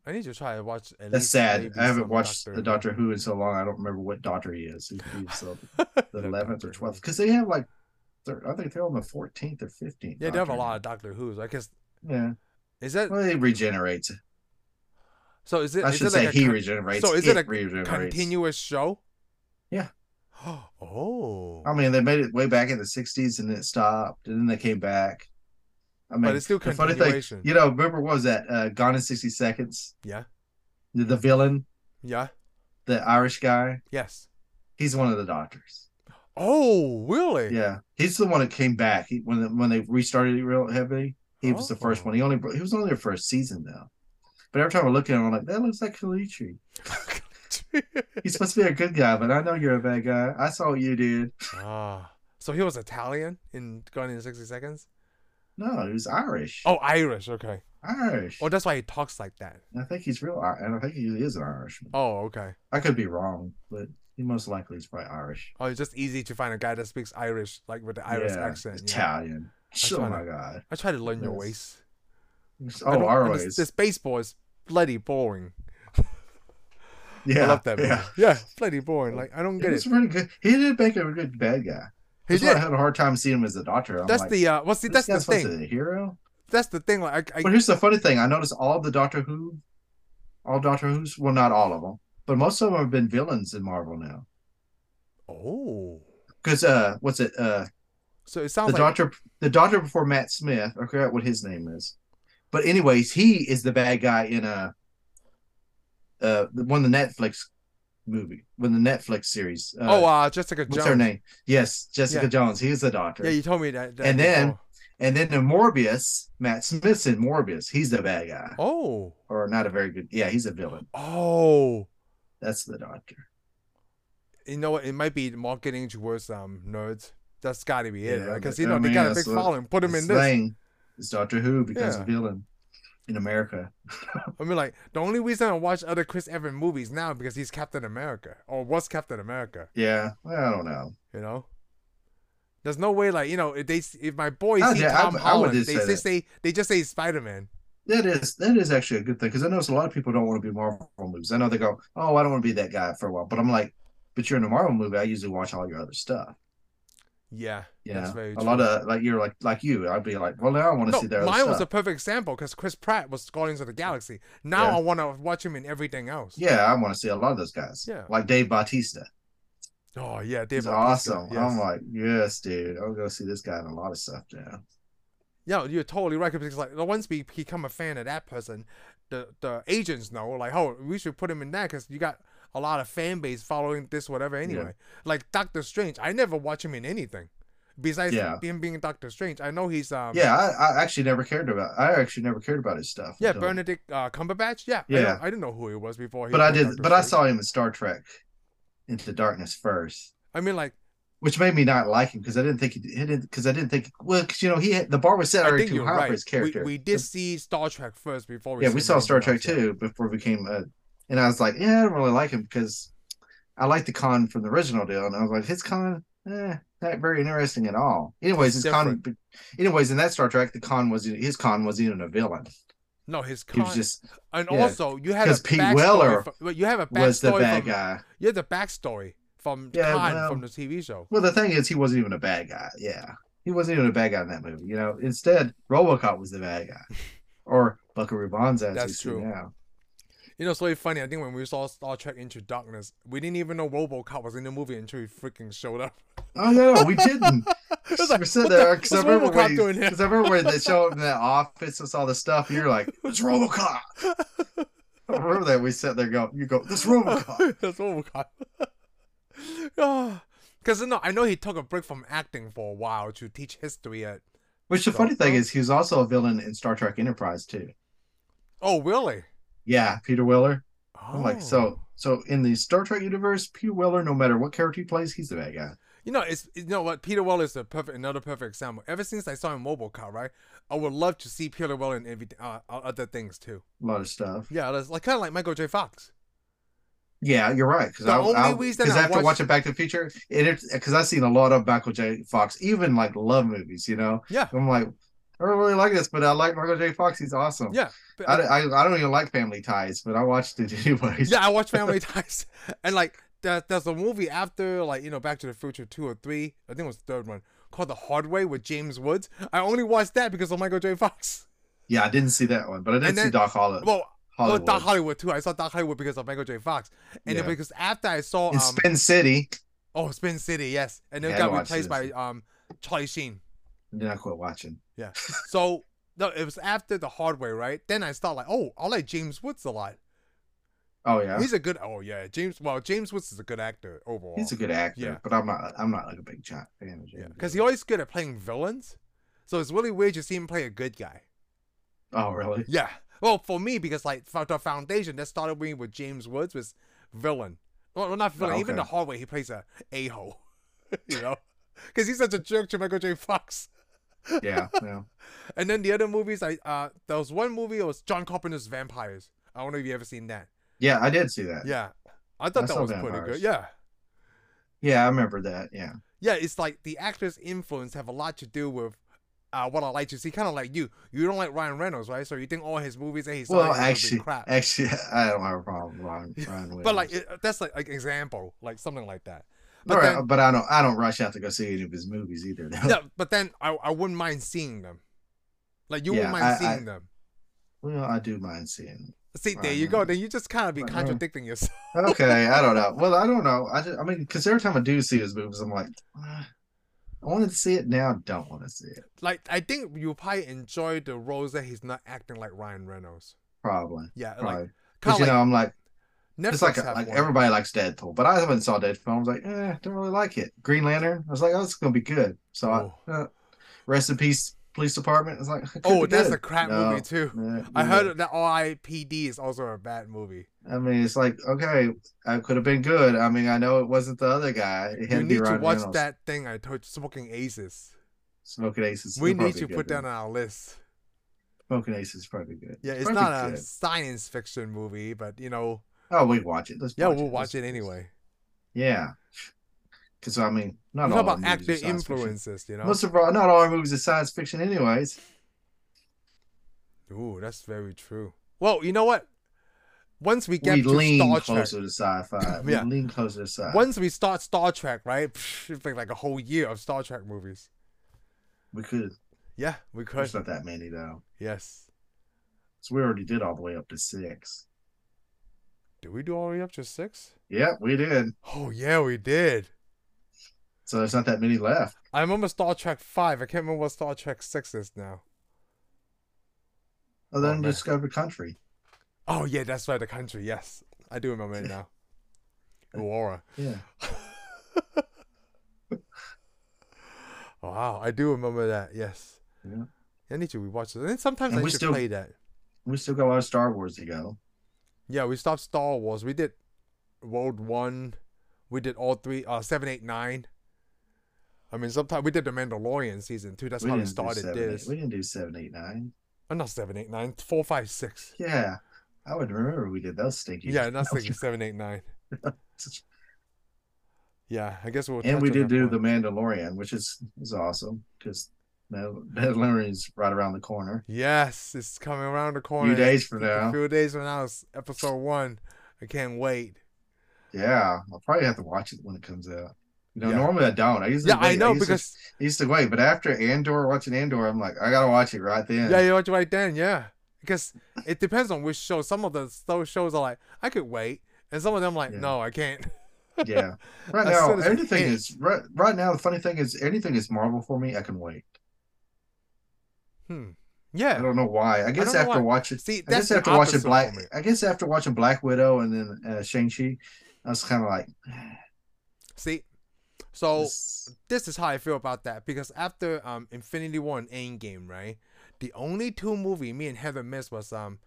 [SPEAKER 1] I need to try to watch. At
[SPEAKER 2] That's
[SPEAKER 1] least
[SPEAKER 2] sad.
[SPEAKER 1] maybe
[SPEAKER 2] I haven't
[SPEAKER 1] some
[SPEAKER 2] watched
[SPEAKER 1] Doctor
[SPEAKER 2] the
[SPEAKER 1] Who.
[SPEAKER 2] Doctor Who in so long. I don't remember what Doctor he is. He- He's the
[SPEAKER 1] No
[SPEAKER 2] eleventh or
[SPEAKER 1] Doctor Who.
[SPEAKER 2] twelfth because they have like, they're, I think they're on the fourteenth or fifteenth.
[SPEAKER 1] Yeah, they have a lot of Doctor Who's. I guess
[SPEAKER 2] Yeah,
[SPEAKER 1] is that
[SPEAKER 2] well, he regenerates.
[SPEAKER 1] so? Is it?
[SPEAKER 2] I
[SPEAKER 1] is
[SPEAKER 2] should
[SPEAKER 1] it
[SPEAKER 2] say
[SPEAKER 1] like a
[SPEAKER 2] he
[SPEAKER 1] con-
[SPEAKER 2] regenerates.
[SPEAKER 1] so is it a
[SPEAKER 2] regenerates.
[SPEAKER 1] continuous show?
[SPEAKER 2] Yeah.
[SPEAKER 1] Oh.
[SPEAKER 2] I mean, they made it way back in the '60s, and it stopped, and then they came back. I mean,
[SPEAKER 1] it's still
[SPEAKER 2] the funny thing-
[SPEAKER 1] continuation.
[SPEAKER 2] you know, remember what was that? Uh, Gone in 60 Seconds.
[SPEAKER 1] Yeah.
[SPEAKER 2] The, the villain,
[SPEAKER 1] yeah.
[SPEAKER 2] the Irish guy.
[SPEAKER 1] Yes.
[SPEAKER 2] He's one of the doctors.
[SPEAKER 1] Oh, really?
[SPEAKER 2] Yeah, he's the one that came back he, when when they restarted it real heavy. He was the first
[SPEAKER 1] Oh.
[SPEAKER 2] one. He only he was only there for a season though. But every time I look at him, I'm like, that looks like Kalichi. He's supposed to be a good guy, but I know you're a bad guy. I saw what you did.
[SPEAKER 1] ah. So he was Italian in Gone in 60 Seconds?
[SPEAKER 2] No, he was Irish.
[SPEAKER 1] Oh, Irish. Okay.
[SPEAKER 2] Irish.
[SPEAKER 1] Oh, that's why he talks like that.
[SPEAKER 2] And I think he's real, Ir- and I think he is an Irishman.
[SPEAKER 1] Oh, okay.
[SPEAKER 2] I could be wrong, but he most likely is probably Irish.
[SPEAKER 1] Oh, it's just easy to find a guy that speaks Irish, like with the Irish
[SPEAKER 2] Yeah,
[SPEAKER 1] accent. you know?
[SPEAKER 2] Italian. Oh
[SPEAKER 1] why
[SPEAKER 2] my
[SPEAKER 1] not.
[SPEAKER 2] god.
[SPEAKER 1] I try to learn your
[SPEAKER 2] Yes.
[SPEAKER 1] ways. I
[SPEAKER 2] Oh,
[SPEAKER 1] don't-
[SPEAKER 2] our
[SPEAKER 1] and this-
[SPEAKER 2] ways.
[SPEAKER 1] This baseball is bloody boring.
[SPEAKER 2] yeah,
[SPEAKER 1] I love that.
[SPEAKER 2] Yeah.
[SPEAKER 1] Yeah, yeah, bloody boring. Like I don't
[SPEAKER 2] He
[SPEAKER 1] get
[SPEAKER 2] was
[SPEAKER 1] it.
[SPEAKER 2] pretty good. He did make a good bad guy.
[SPEAKER 1] He
[SPEAKER 2] That's why I
[SPEAKER 1] did.
[SPEAKER 2] had a hard time seeing him as a doctor. I'm
[SPEAKER 1] That's
[SPEAKER 2] like,
[SPEAKER 1] the uh. Well, see, that's
[SPEAKER 2] this
[SPEAKER 1] the
[SPEAKER 2] guy's supposed
[SPEAKER 1] thing.
[SPEAKER 2] to be a hero.
[SPEAKER 1] That's the thing. Like I,
[SPEAKER 2] But
[SPEAKER 1] I
[SPEAKER 2] here's the funny thing: I noticed all the Doctor Who, all Doctor Who's, well, not all of them, but most of them have been villains in Marvel now.
[SPEAKER 1] oh.
[SPEAKER 2] Because uh, what's it? Uh,
[SPEAKER 1] So it
[SPEAKER 2] the
[SPEAKER 1] sounds like
[SPEAKER 2] Doctor, the Doctor before Matt Smith. I forgot what his name is, but anyways, he is the bad guy in a, uh, the- one of the Netflix movie, one of the Netflix series. Uh,
[SPEAKER 1] oh, uh, Jessica
[SPEAKER 2] what's
[SPEAKER 1] Jones.
[SPEAKER 2] her name? Yes, Jessica
[SPEAKER 1] Yeah.
[SPEAKER 2] Jones. He's the Doctor.
[SPEAKER 1] Yeah, you told me that. that
[SPEAKER 2] And then-
[SPEAKER 1] before.
[SPEAKER 2] And then in Morbius, Matt Smith's in Morbius. He's the bad guy,
[SPEAKER 1] oh,
[SPEAKER 2] or not a very good. Yeah, he's a villain.
[SPEAKER 1] oh,
[SPEAKER 2] That's the Doctor.
[SPEAKER 1] you know what? It might be marketing towards um nerds. That's got to be it,
[SPEAKER 2] Yeah,
[SPEAKER 1] right? Because
[SPEAKER 2] but-
[SPEAKER 1] you
[SPEAKER 2] I
[SPEAKER 1] know they
[SPEAKER 2] mean,
[SPEAKER 1] got a
[SPEAKER 2] that's
[SPEAKER 1] big
[SPEAKER 2] what-
[SPEAKER 1] following. Put them in
[SPEAKER 2] His
[SPEAKER 1] this.
[SPEAKER 2] thing is Doctor Who becomes
[SPEAKER 1] Yeah.
[SPEAKER 2] a villain in America.
[SPEAKER 1] I mean, like the only reason I watch other Chris Evans movies now because he's Captain America or was Captain America.
[SPEAKER 2] Yeah, well, I don't know.
[SPEAKER 1] You know, there's no way like you know if they if my boys
[SPEAKER 2] I
[SPEAKER 1] see
[SPEAKER 2] did- I-
[SPEAKER 1] Tom
[SPEAKER 2] I would
[SPEAKER 1] Holland,
[SPEAKER 2] just
[SPEAKER 1] they
[SPEAKER 2] say
[SPEAKER 1] just say they just say Spider Man.
[SPEAKER 2] That is that is actually a good thing because I notice a lot of people don't want to be Marvel movies. I know they go, "Oh, I don't want to be that guy for a while," but I'm like, "But you're in a Marvel movie. I usually watch all your other stuff."
[SPEAKER 1] Yeah,
[SPEAKER 2] You
[SPEAKER 1] that's
[SPEAKER 2] know?
[SPEAKER 1] very
[SPEAKER 2] a
[SPEAKER 1] true.
[SPEAKER 2] lot of like you're like like you. I'd be like, "Well, now I want to
[SPEAKER 1] no,
[SPEAKER 2] see their other
[SPEAKER 1] mine was a
[SPEAKER 2] stuff."
[SPEAKER 1] perfect example because Chris Pratt was Guardians of the Galaxy. Now
[SPEAKER 2] Yeah.
[SPEAKER 1] I want to watch him in everything else.
[SPEAKER 2] Yeah, I want to see a lot of those guys.
[SPEAKER 1] Yeah.
[SPEAKER 2] like Dave Bautista.
[SPEAKER 1] Oh yeah, Dave
[SPEAKER 2] He's
[SPEAKER 1] Bautista,
[SPEAKER 2] awesome.
[SPEAKER 1] Yes.
[SPEAKER 2] I'm like, yes, dude. I'll go see this guy in a lot of stuff now.
[SPEAKER 1] Yeah, you're totally right because like once we become a fan of that person, the the agents know like, oh, we should put him in that because you got a lot of fan base following this whatever anyway. Like Doctor Strange, I never watch him in anything besides
[SPEAKER 2] Yeah.
[SPEAKER 1] him being Doctor Strange. I know he's um
[SPEAKER 2] yeah, I, I actually never cared about. I actually never cared about his stuff.
[SPEAKER 1] yeah
[SPEAKER 2] until-
[SPEAKER 1] Benedict uh, Cumberbatch. Yeah, I,
[SPEAKER 2] Yeah.
[SPEAKER 1] don't- I didn't know who he was before. He
[SPEAKER 2] but I
[SPEAKER 1] was
[SPEAKER 2] did.
[SPEAKER 1] Dr.
[SPEAKER 2] But I
[SPEAKER 1] Strange.
[SPEAKER 2] saw him in Star Trek Into Darkness first,
[SPEAKER 1] I mean, like
[SPEAKER 2] which made me not like him because I didn't think he, he didn't because I didn't think well because you know he had, the bar was set
[SPEAKER 1] I
[SPEAKER 2] already
[SPEAKER 1] think
[SPEAKER 2] too
[SPEAKER 1] you're
[SPEAKER 2] high
[SPEAKER 1] right.
[SPEAKER 2] for his character.
[SPEAKER 1] We, we did see Star Trek first before we
[SPEAKER 2] yeah,
[SPEAKER 1] seen
[SPEAKER 2] we saw Star
[SPEAKER 1] anything
[SPEAKER 2] Trek
[SPEAKER 1] else, yeah.
[SPEAKER 2] too before we came. Uh, and I was like, yeah, I don't really like him because I like the con from the original deal, and I was like, his con, eh, not very interesting at all. Anyways, his
[SPEAKER 1] It's
[SPEAKER 2] con. Anyways, in that Star Trek, the con was his con wasn't even a villain.
[SPEAKER 1] No, his
[SPEAKER 2] He
[SPEAKER 1] con-
[SPEAKER 2] was just
[SPEAKER 1] and
[SPEAKER 2] yeah,
[SPEAKER 1] also you had a
[SPEAKER 2] 'cause Pete
[SPEAKER 1] backstory
[SPEAKER 2] Weller
[SPEAKER 1] from- well, you have a backstory
[SPEAKER 2] was the bad
[SPEAKER 1] from,
[SPEAKER 2] guy.
[SPEAKER 1] You had the backstory from
[SPEAKER 2] Yeah,
[SPEAKER 1] Khan
[SPEAKER 2] well-
[SPEAKER 1] from the TV show.
[SPEAKER 2] Well, the thing is, he wasn't even a bad guy. Yeah, he wasn't even a bad guy in that movie. You know, instead, RoboCop was the bad guy, or Buckaroo Banzai. As
[SPEAKER 1] That's
[SPEAKER 2] we see
[SPEAKER 1] true.
[SPEAKER 2] Now.
[SPEAKER 1] You know, it's really funny. I think when we saw Star Trek Into Darkness, we didn't even know RoboCop was in the movie until he freaking showed up.
[SPEAKER 2] Oh no, we didn't.
[SPEAKER 1] It was like,
[SPEAKER 2] We're
[SPEAKER 1] what
[SPEAKER 2] sitting
[SPEAKER 1] the-
[SPEAKER 2] there because I
[SPEAKER 1] what's
[SPEAKER 2] remember
[SPEAKER 1] RoboCop
[SPEAKER 2] when
[SPEAKER 1] doing here?
[SPEAKER 2] because I remember when they showed up in that office with all the stuff. And you're like, it's RoboCop. I remember that we sat there going, you go, this RoboCop.
[SPEAKER 1] That's RoboCop. Because no, I know he took a break from acting for a while to teach history at.
[SPEAKER 2] Which the funny thing is, he was also a villain in Star Trek Enterprise too.
[SPEAKER 1] Oh, really?
[SPEAKER 2] Yeah, Peter Weller.
[SPEAKER 1] Oh.
[SPEAKER 2] I'm like, so so in the Star Trek universe, Peter Weller, no matter what character he plays, he's the bad guy.
[SPEAKER 1] You know, it's you know what Peter Weller is a perfect another perfect example. Ever since I saw him Mobile Car, right? I would love to see Peter Weller in every, uh, other things too.
[SPEAKER 2] A lot of stuff.
[SPEAKER 1] Yeah, that's like kind of like Michael J. Fox.
[SPEAKER 2] Yeah, you're right. Because
[SPEAKER 1] The
[SPEAKER 2] I,
[SPEAKER 1] only
[SPEAKER 2] I,
[SPEAKER 1] reason
[SPEAKER 2] because
[SPEAKER 1] I
[SPEAKER 2] after
[SPEAKER 1] watched-
[SPEAKER 2] watching Back to the Future, it because I've seen a lot of Michael J. Fox, even like love movies. You know,
[SPEAKER 1] Yeah.
[SPEAKER 2] I'm like, I don't really like this, but I like Michael J. Fox. He's awesome.
[SPEAKER 1] Yeah. But-
[SPEAKER 2] Oh. I, I, I don't even like Family Ties, but I watched it anyways.
[SPEAKER 1] yeah, I watched Family Ties, and like there, there's a movie after like you know Back to the Future two or three, I think it was the third one called The Hard Way with James Woods. I only watched that because of Michael J. Fox.
[SPEAKER 2] Yeah, I didn't see that one, but I did
[SPEAKER 1] And
[SPEAKER 2] see
[SPEAKER 1] then-
[SPEAKER 2] Doc Holli- Uh, Hollywood.
[SPEAKER 1] Well, well, Doc Hollywood too. I saw Doc Hollywood because of Michael J. Fox, and then
[SPEAKER 2] Yeah.
[SPEAKER 1] because after I saw um,
[SPEAKER 2] in Spin City.
[SPEAKER 1] oh Spin City, yes, and then
[SPEAKER 2] Yeah,
[SPEAKER 1] it
[SPEAKER 2] I
[SPEAKER 1] got
[SPEAKER 2] watched
[SPEAKER 1] replaced by
[SPEAKER 2] this.
[SPEAKER 1] um Charlie Sheen.
[SPEAKER 2] And then I quit watching.
[SPEAKER 1] So no, it was after The Hard Way, right? Then I started like, oh, I like James Woods a lot.
[SPEAKER 2] Oh yeah, he's,
[SPEAKER 1] He's a good. Oh yeah, James. Well, James Woods is a good actor overall.
[SPEAKER 2] a good actor,
[SPEAKER 1] Yeah.
[SPEAKER 2] but I'm not. I'm not like a big giant fan of
[SPEAKER 1] Yeah,
[SPEAKER 2] James.
[SPEAKER 1] because he's always good at playing villains. So it's really weird to see him play a good guy.
[SPEAKER 2] Oh really?
[SPEAKER 1] Yeah. Well, for me, because like for the foundation that started me with James Woods was villain. Well, well, not villain. Even
[SPEAKER 2] Ah, okay.
[SPEAKER 1] the hallway, he plays a a hole. you know, because he's such a jerk to Michael J. Fox.
[SPEAKER 2] Yeah. yeah.
[SPEAKER 1] And then the other movies, I uh, there was one movie it was John Carpenter's Vampires. I don't know if you ever seen that.
[SPEAKER 2] Yeah, I did see that. Yeah,
[SPEAKER 1] Yeah, I thought
[SPEAKER 2] I
[SPEAKER 1] that
[SPEAKER 2] saw
[SPEAKER 1] was pretty good.
[SPEAKER 2] Vampires.
[SPEAKER 1] Yeah.
[SPEAKER 2] I remember that. Yeah.
[SPEAKER 1] yeah, it's like the actors' influence have a lot to do with uh, what I like to see. Kind of like you, you don't like Ryan Reynolds, right? So you think all his movies that he's
[SPEAKER 2] well,
[SPEAKER 1] like,
[SPEAKER 2] actually,
[SPEAKER 1] crap.
[SPEAKER 2] actually, I don't have a problem with Ryan. Ryan
[SPEAKER 1] but
[SPEAKER 2] Williams.
[SPEAKER 1] like it, that's like like example, like something like that. But
[SPEAKER 2] All right,
[SPEAKER 1] then,
[SPEAKER 2] but I don't. I don't rush out to go see any of his movies either. though.
[SPEAKER 1] yeah, but then I, I wouldn't mind seeing them. Like you wouldn't
[SPEAKER 2] Yeah,
[SPEAKER 1] mind
[SPEAKER 2] I-
[SPEAKER 1] seeing
[SPEAKER 2] I-
[SPEAKER 1] them.
[SPEAKER 2] Well, I do mind seeing.
[SPEAKER 1] See, there
[SPEAKER 2] Ryan
[SPEAKER 1] you go.
[SPEAKER 2] Reynolds.
[SPEAKER 1] Then you just kind of be
[SPEAKER 2] Ryan Reynolds.
[SPEAKER 1] contradicting yourself.
[SPEAKER 2] Okay, I don't know. Well, I don't know. I, just, I mean, because every time I do see his movies, I'm like, "Ah, I wanted to see it now. Don't want to see it.
[SPEAKER 1] Like I think you probably enjoy the roles that he's not acting like Ryan Reynolds.
[SPEAKER 2] Probably.
[SPEAKER 1] Yeah,
[SPEAKER 2] Probably.
[SPEAKER 1] like
[SPEAKER 2] but
[SPEAKER 1] kind
[SPEAKER 2] you
[SPEAKER 1] of
[SPEAKER 2] know,
[SPEAKER 1] like
[SPEAKER 2] I'm like,
[SPEAKER 1] Netflix
[SPEAKER 2] it's like,
[SPEAKER 1] have
[SPEAKER 2] like
[SPEAKER 1] one.
[SPEAKER 2] everybody likes Deadpool, but I haven't saw Deadpool. I was like, eh, don't really like it. Green Lantern. I was like, oh, it's gonna be good. So, I, uh, rest in peace, Police Department. I was like, it could
[SPEAKER 1] Oh,
[SPEAKER 2] be
[SPEAKER 1] that's
[SPEAKER 2] good.
[SPEAKER 1] a crap
[SPEAKER 2] No.
[SPEAKER 1] movie too.
[SPEAKER 2] Yeah,
[SPEAKER 1] I
[SPEAKER 2] yeah.
[SPEAKER 1] heard that R.I.P.D. is also a bad movie.
[SPEAKER 2] I mean, it's like okay, I could have been good. I mean, I know it wasn't the other guy. It
[SPEAKER 1] You
[SPEAKER 2] had to be
[SPEAKER 1] need to
[SPEAKER 2] Ryan
[SPEAKER 1] watch
[SPEAKER 2] Reynolds.
[SPEAKER 1] that thing I told you, Smoking Aces.
[SPEAKER 2] Smoking Aces.
[SPEAKER 1] We
[SPEAKER 2] would
[SPEAKER 1] need
[SPEAKER 2] probably
[SPEAKER 1] to
[SPEAKER 2] be
[SPEAKER 1] put
[SPEAKER 2] good
[SPEAKER 1] that
[SPEAKER 2] then.
[SPEAKER 1] on our list.
[SPEAKER 2] Smoking Aces is probably good.
[SPEAKER 1] Yeah, it's
[SPEAKER 2] Probably
[SPEAKER 1] not a
[SPEAKER 2] good.
[SPEAKER 1] science fiction movie, but you know,
[SPEAKER 2] Oh, we watch it. Let's
[SPEAKER 1] yeah,
[SPEAKER 2] watch
[SPEAKER 1] we'll
[SPEAKER 2] it.
[SPEAKER 1] watch
[SPEAKER 2] Let's-
[SPEAKER 1] it anyway.
[SPEAKER 2] Yeah, because I mean, not
[SPEAKER 1] Talk
[SPEAKER 2] all
[SPEAKER 1] about
[SPEAKER 2] our movies are
[SPEAKER 1] actor
[SPEAKER 2] science fiction.
[SPEAKER 1] influences, you know.
[SPEAKER 2] Most of our, not all our movies are science fiction, anyways.
[SPEAKER 1] Ooh, that's very true. Well, you know what? Once we get
[SPEAKER 2] we
[SPEAKER 1] to
[SPEAKER 2] lean
[SPEAKER 1] Star Trek,
[SPEAKER 2] closer to sci-fi.
[SPEAKER 1] Yeah.
[SPEAKER 2] We lean closer to sci-fi.
[SPEAKER 1] once we start Star Trek, right? Psh, It's like, like a whole year of Star Trek movies.
[SPEAKER 2] We could.
[SPEAKER 1] Yeah, we could.
[SPEAKER 2] There's not that many though.
[SPEAKER 1] Yes.
[SPEAKER 2] So we already did all the way up to six.
[SPEAKER 1] Did we do all the way up to six?
[SPEAKER 2] Yeah, we did.
[SPEAKER 1] Oh yeah, we did.
[SPEAKER 2] So there's not that many left.
[SPEAKER 1] I remember Star Trek Five. I can't remember what Star Trek Six is now.
[SPEAKER 2] Other
[SPEAKER 1] Oh,
[SPEAKER 2] than
[SPEAKER 1] man.
[SPEAKER 2] Discovery Country.
[SPEAKER 1] Oh yeah, that's right. The country. Yes, I do remember it now. Aurora.
[SPEAKER 2] Yeah.
[SPEAKER 1] Wow, I do remember that. Yes.
[SPEAKER 2] Yeah.
[SPEAKER 1] I need to rewatch it. And then sometimes
[SPEAKER 2] And
[SPEAKER 1] I
[SPEAKER 2] we
[SPEAKER 1] should
[SPEAKER 2] still-
[SPEAKER 1] play that.
[SPEAKER 2] We still got a lot of Star Wars to go.
[SPEAKER 1] Yeah, we stopped Star Wars. We did World One. We did all three. Uh, seven, eight, nine. I mean, sometimes we did the Mandalorian season two. That's
[SPEAKER 2] we
[SPEAKER 1] how we
[SPEAKER 2] didn't do
[SPEAKER 1] started
[SPEAKER 2] seven, eight-
[SPEAKER 1] this.
[SPEAKER 2] we didn't do seven, eight, nine.
[SPEAKER 1] Oh, not seven, eight, nine. Four, five, six.
[SPEAKER 2] Yeah. I would remember we did those stinky.
[SPEAKER 1] Yeah, not six, seven, eight, nine. Yeah, I guess we'll.
[SPEAKER 2] And
[SPEAKER 1] touch
[SPEAKER 2] we
[SPEAKER 1] on
[SPEAKER 2] did
[SPEAKER 1] that
[SPEAKER 2] do
[SPEAKER 1] point.
[SPEAKER 2] The Mandalorian, which is is awesome because Mandalorian's right around the corner.
[SPEAKER 1] Yes, it's coming around the corner.
[SPEAKER 2] days from now.
[SPEAKER 1] A few days from now, it's episode one. I can't wait.
[SPEAKER 2] Yeah, I'll probably have to watch it when it comes out. You know,
[SPEAKER 1] Yeah.
[SPEAKER 2] normally I don't. I usually
[SPEAKER 1] yeah, I
[SPEAKER 2] wait.
[SPEAKER 1] know
[SPEAKER 2] used to-
[SPEAKER 1] because
[SPEAKER 2] I used to wait, but after Andor, watching Andor, I'm like, I gotta watch it right then.
[SPEAKER 1] yeah, you're right then. Yeah, because it depends on which show. Some of the so- shows are like I could wait, and some of them like
[SPEAKER 2] Yeah.
[SPEAKER 1] no, I can't.
[SPEAKER 2] Yeah. Right
[SPEAKER 1] As
[SPEAKER 2] now,
[SPEAKER 1] soon as it
[SPEAKER 2] anything
[SPEAKER 1] hits.
[SPEAKER 2] is right, right now. The funny thing is, anything is Marvel for me. I can wait.
[SPEAKER 1] Hmm.
[SPEAKER 2] I
[SPEAKER 1] Yeah.
[SPEAKER 2] don't know why. I guess
[SPEAKER 1] know
[SPEAKER 2] after
[SPEAKER 1] why.
[SPEAKER 2] watching,
[SPEAKER 1] See,
[SPEAKER 2] I guess
[SPEAKER 1] that's
[SPEAKER 2] after
[SPEAKER 1] the
[SPEAKER 2] watching
[SPEAKER 1] opposite for
[SPEAKER 2] Black,
[SPEAKER 1] me.
[SPEAKER 2] I guess after watching Black Widow and then uh, Shang Chi, I was kind of like,
[SPEAKER 1] See, so
[SPEAKER 2] this-
[SPEAKER 1] this is how I feel about that because after um Infinity War and Endgame, right? The only two movie me and Heather missed was um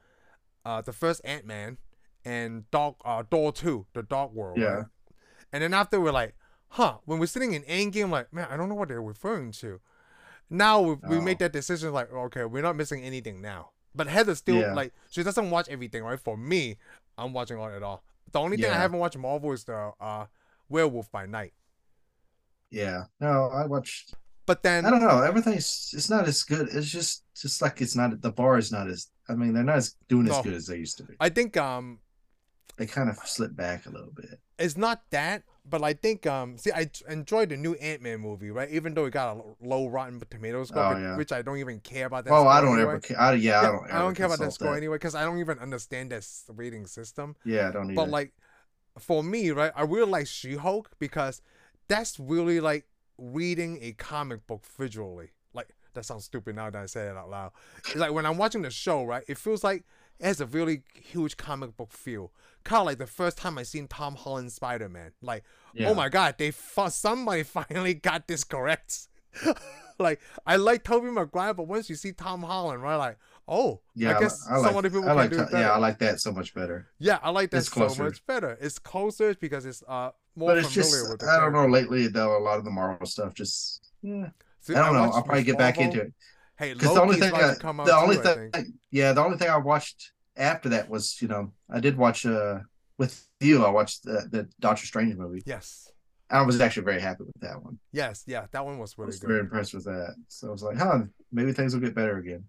[SPEAKER 1] uh the first Ant Man and Dog uh Door Two, the Dark World.
[SPEAKER 2] Yeah.
[SPEAKER 1] right? And then after we're like, huh, when we're sitting in Endgame, like, man, I don't know what they're referring to. Now we, we
[SPEAKER 2] No.
[SPEAKER 1] make that decision, like, okay, we're not missing anything now. But Heather still,
[SPEAKER 2] Yeah.
[SPEAKER 1] like, she doesn't watch everything, right? For me, I'm watching all at all. The only thing I
[SPEAKER 2] Yeah.
[SPEAKER 1] haven't watched Marvel is the uh, Werewolf by Night.
[SPEAKER 2] Yeah. No, I watched.
[SPEAKER 1] But then,
[SPEAKER 2] I don't know. Everything's it's not as good. It's just just like it's not the bar is not as. I mean, they're not as doing as
[SPEAKER 1] No.
[SPEAKER 2] good as they used to be.
[SPEAKER 1] I think um,
[SPEAKER 2] They kind of slipped back a little bit.
[SPEAKER 1] it's not that, but I think um see I t- enjoyed the new Ant Man movie, right? Even though it got a l- low Rotten Tomatoes score,
[SPEAKER 2] Oh,
[SPEAKER 1] but-
[SPEAKER 2] yeah.
[SPEAKER 1] which I don't even care about that.
[SPEAKER 2] Oh, I
[SPEAKER 1] score
[SPEAKER 2] don't
[SPEAKER 1] anyway.
[SPEAKER 2] ever care. I, yeah,
[SPEAKER 1] Yeah,
[SPEAKER 2] I don't.
[SPEAKER 1] I
[SPEAKER 2] ever
[SPEAKER 1] don't care about that
[SPEAKER 2] consult
[SPEAKER 1] score anyway because I don't even understand that s- rating system.
[SPEAKER 2] Yeah, I don't need.
[SPEAKER 1] But like for me, right, I really like She Hulk because that's really like reading a comic book visually. Like that sounds stupid now that I say it out loud. It's like when I'm watching the show, right, it feels like it has a really huge comic book feel. Kind of like the first time I seen Tom Holland Spider Man. Like
[SPEAKER 2] yeah.
[SPEAKER 1] oh my god, they fu- somebody finally got this correct. like I like Toby Maguire, but once you see Tom Holland, right? Like, oh,
[SPEAKER 2] Yeah,
[SPEAKER 1] I guess
[SPEAKER 2] I like,
[SPEAKER 1] some other people
[SPEAKER 2] I
[SPEAKER 1] can
[SPEAKER 2] like
[SPEAKER 1] do
[SPEAKER 2] to-
[SPEAKER 1] it better.
[SPEAKER 2] yeah, I like that so much better.
[SPEAKER 1] Yeah, I like that
[SPEAKER 2] It's
[SPEAKER 1] so
[SPEAKER 2] closer.
[SPEAKER 1] much better. It's closer because it's uh more
[SPEAKER 2] But it's
[SPEAKER 1] familiar
[SPEAKER 2] just
[SPEAKER 1] with the
[SPEAKER 2] I don't
[SPEAKER 1] character.
[SPEAKER 2] know. Lately, though, a lot of the Marvel stuff just yeah.
[SPEAKER 1] See,
[SPEAKER 2] I don't know.
[SPEAKER 1] watched
[SPEAKER 2] I'll probably
[SPEAKER 1] Miss
[SPEAKER 2] get back
[SPEAKER 1] Marvel.
[SPEAKER 2] into it
[SPEAKER 1] Hey,
[SPEAKER 2] because the only
[SPEAKER 1] Loki's
[SPEAKER 2] thing
[SPEAKER 1] about
[SPEAKER 2] I,
[SPEAKER 1] to come out
[SPEAKER 2] the only
[SPEAKER 1] too, I
[SPEAKER 2] thing
[SPEAKER 1] think.
[SPEAKER 2] yeah the only thing I watched after that was you know I did watch uh with you I watched the, the Doctor Strange movie.
[SPEAKER 1] Yes,
[SPEAKER 2] I was actually very happy with that one.
[SPEAKER 1] yes, yeah. That one was
[SPEAKER 2] I
[SPEAKER 1] really
[SPEAKER 2] was
[SPEAKER 1] good.
[SPEAKER 2] very impressed with that. So I was like, huh, maybe things will get better again.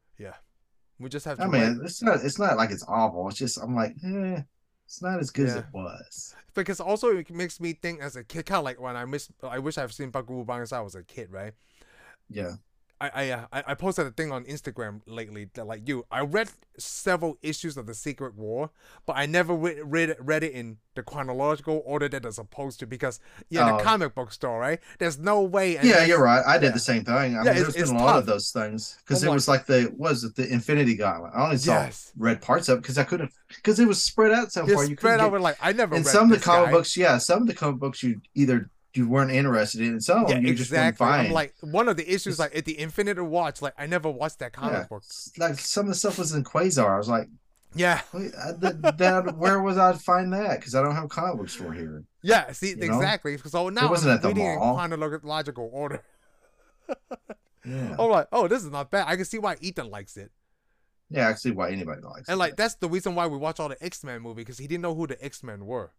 [SPEAKER 1] We just have to.
[SPEAKER 2] I
[SPEAKER 1] wait.
[SPEAKER 2] mean, it's not it's not like it's awful. It's just I'm like, eh, it's not as good as
[SPEAKER 1] Yeah.
[SPEAKER 2] it was.
[SPEAKER 1] because also it makes me think as a kid, kind of like when I miss. I wish I've seen Bakugo Bang since I was a kid, right?
[SPEAKER 2] Yeah,
[SPEAKER 1] I I, uh, I I posted a thing on Instagram lately that like you I read several issues of the Secret War, but I never re- read it- read it in the chronological order that it's supposed to because yeah, the
[SPEAKER 2] Oh.
[SPEAKER 1] comic book store right. There's no way.
[SPEAKER 2] yeah,
[SPEAKER 1] unless-
[SPEAKER 2] you're right. I did
[SPEAKER 1] yeah.
[SPEAKER 2] the same thing. I mean,
[SPEAKER 1] it's-
[SPEAKER 2] there's been
[SPEAKER 1] it's
[SPEAKER 2] a lot
[SPEAKER 1] tough.
[SPEAKER 2] of those things because
[SPEAKER 1] I'm
[SPEAKER 2] it
[SPEAKER 1] like-
[SPEAKER 2] was like the what was it the Infinity Gauntlet. I only saw
[SPEAKER 1] Yes.
[SPEAKER 2] read parts of it because I couldn't because it was spread out so far.
[SPEAKER 1] It's
[SPEAKER 2] You
[SPEAKER 1] spread
[SPEAKER 2] couldn't
[SPEAKER 1] out
[SPEAKER 2] get,
[SPEAKER 1] with like I never.
[SPEAKER 2] and
[SPEAKER 1] read
[SPEAKER 2] some of the
[SPEAKER 1] this
[SPEAKER 2] comic
[SPEAKER 1] guy.
[SPEAKER 2] books, yeah, some of the comic books you either you weren't interested in, and some
[SPEAKER 1] Yeah,
[SPEAKER 2] you just wouldn't
[SPEAKER 1] exactly.
[SPEAKER 2] find.
[SPEAKER 1] I'm like one of the issues
[SPEAKER 2] It's-
[SPEAKER 1] like at the Infinite Watch, like I never watched that comic
[SPEAKER 2] Yeah.
[SPEAKER 1] book.
[SPEAKER 2] like some of the stuff was in Quasar. I was like,
[SPEAKER 1] Yeah,
[SPEAKER 2] wait, I, that, that, where was I to find that? Because I don't have a comic book store here.
[SPEAKER 1] yeah. See,
[SPEAKER 2] know?
[SPEAKER 1] exactly. So now
[SPEAKER 2] wasn't
[SPEAKER 1] I'm
[SPEAKER 2] at the
[SPEAKER 1] reading in
[SPEAKER 2] mall.
[SPEAKER 1] chronological order.
[SPEAKER 2] Yeah,
[SPEAKER 1] I'm like, oh, this is not bad. I can see why Ethan likes it.
[SPEAKER 2] yeah. I see why anybody likes.
[SPEAKER 1] And
[SPEAKER 2] it.
[SPEAKER 1] like that's the reason why we watch all the X Men movie because he didn't know who the X Men were.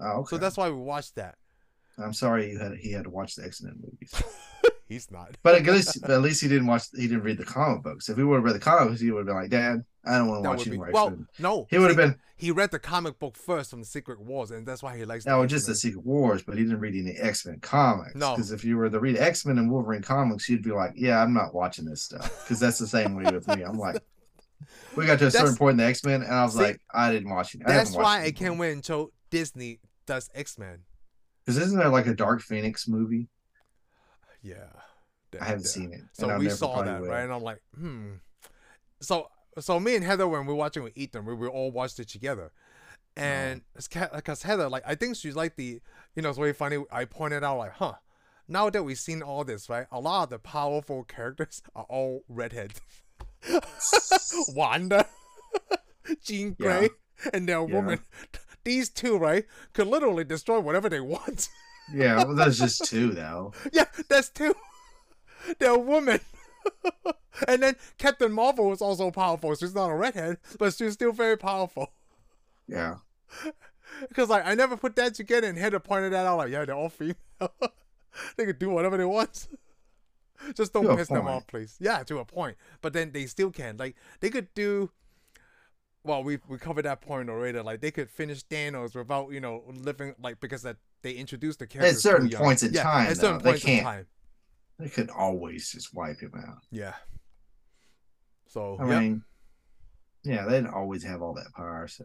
[SPEAKER 2] oh, okay.
[SPEAKER 1] So that's why we watched that.
[SPEAKER 2] I'm sorry you had he had to watch the X Men movies.
[SPEAKER 1] He's not.
[SPEAKER 2] But at least, but at least he didn't watch. He didn't read the comic books. If he would have read the comic books, he would have been like, "Dad, I don't want to
[SPEAKER 1] That
[SPEAKER 2] watch
[SPEAKER 1] would
[SPEAKER 2] any
[SPEAKER 1] be
[SPEAKER 2] more
[SPEAKER 1] well.
[SPEAKER 2] X-Men."
[SPEAKER 1] No,
[SPEAKER 2] He would have
[SPEAKER 1] see,
[SPEAKER 2] been
[SPEAKER 1] He read the comic book first from Secret Wars, and that's why he likes. the
[SPEAKER 2] no, just the
[SPEAKER 1] X-Men.
[SPEAKER 2] Secret Wars, but he didn't read any X Men comics.
[SPEAKER 1] No.
[SPEAKER 2] because if you were to read X Men and Wolverine comics, you'd be like, "Yeah, I'm not watching this stuff." Because that's the same way with me. I'm like, we got to a certain
[SPEAKER 1] That's-
[SPEAKER 2] point in the X Men, and I was
[SPEAKER 1] See,
[SPEAKER 2] like, "I didn't watch it." I
[SPEAKER 1] That's why I can't wait until Disney does X Men.
[SPEAKER 2] Because isn't there like a Dark Phoenix movie?
[SPEAKER 1] Yeah,
[SPEAKER 2] I haven't
[SPEAKER 1] Yeah.
[SPEAKER 2] seen it.
[SPEAKER 1] So
[SPEAKER 2] and I
[SPEAKER 1] we
[SPEAKER 2] never
[SPEAKER 1] saw
[SPEAKER 2] probably
[SPEAKER 1] that,
[SPEAKER 2] will.
[SPEAKER 1] right? And I'm like, hmm. So so me and Heather when we were watching with Ethan, we, we all watched it together. And because Heather, like, I think she's like the, you know, it's really funny. I pointed out, like, huh, now that we've seen all this, right? A lot of the powerful characters are all redheads. Wanda, Jean
[SPEAKER 2] Yeah.
[SPEAKER 1] Grey, and their
[SPEAKER 2] Yeah.
[SPEAKER 1] woman. These two, right, could literally destroy whatever they want.
[SPEAKER 2] Yeah, well, that's just two though.
[SPEAKER 1] Yeah, that's two. They're a woman. and then Captain Marvel was also powerful. She's not a redhead, but she's still very powerful.
[SPEAKER 2] Yeah,
[SPEAKER 1] Because like I never put that together and had to point that out. Like, yeah, they're all female. they can do whatever they want. Just don't
[SPEAKER 2] To a
[SPEAKER 1] piss them
[SPEAKER 2] point.
[SPEAKER 1] off, please. Yeah, to a point. But then they still can. Like they could do. Well, we we covered that point already. Like they could finish Thanos without you know living like because that they introduced the character
[SPEAKER 2] certain points in
[SPEAKER 1] yeah,
[SPEAKER 2] time,
[SPEAKER 1] At certain
[SPEAKER 2] though, they
[SPEAKER 1] points in
[SPEAKER 2] can't.
[SPEAKER 1] time.
[SPEAKER 2] they could always just wipe him out.
[SPEAKER 1] Yeah. So
[SPEAKER 2] I
[SPEAKER 1] yeah,
[SPEAKER 2] mean, yeah, they didn't always have all that power. So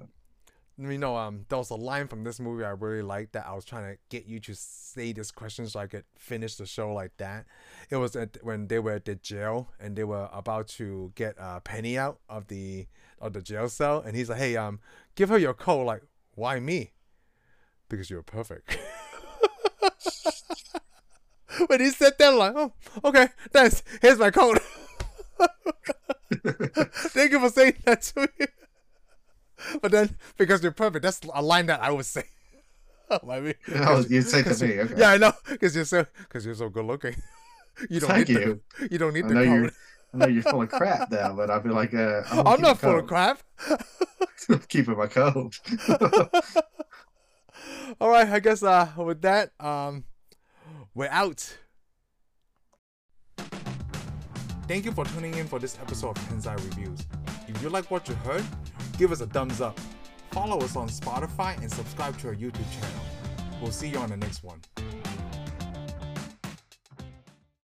[SPEAKER 1] you know, um, there was a line from this movie I really liked that I was trying to get you to say this question so I could finish the show like that. It was at, when they were at the jail and they were about to get uh, Penny out of the of the jail cell, and he's like, "Hey, um, give her your coat." Like, why me? Because you're perfect. when he said that, I'm like, oh, okay, thanks. Here's my coat. Thank you for saying that to me. But then, because you're perfect, that's a line that I would say. I mean,
[SPEAKER 2] Oh, you said to me. Okay.
[SPEAKER 1] yeah, I know, because you're so because you're so good looking. You don't
[SPEAKER 2] Thank
[SPEAKER 1] need
[SPEAKER 2] you.
[SPEAKER 1] The, you don't need
[SPEAKER 2] I
[SPEAKER 1] the
[SPEAKER 2] know you're.
[SPEAKER 1] code.
[SPEAKER 2] I know you're full of crap now, but I feel like uh, gonna
[SPEAKER 1] I'm
[SPEAKER 2] keep
[SPEAKER 1] not
[SPEAKER 2] the
[SPEAKER 1] full of
[SPEAKER 2] code.
[SPEAKER 1] crap.
[SPEAKER 2] I'm keeping my coat.
[SPEAKER 1] All right, I guess uh, with that, um, we're out. Thank you for tuning in for this episode of Tensai Reviews. If you like what you heard, give us a thumbs up. Follow us on Spotify and subscribe to our YouTube channel. We'll see you on the next one.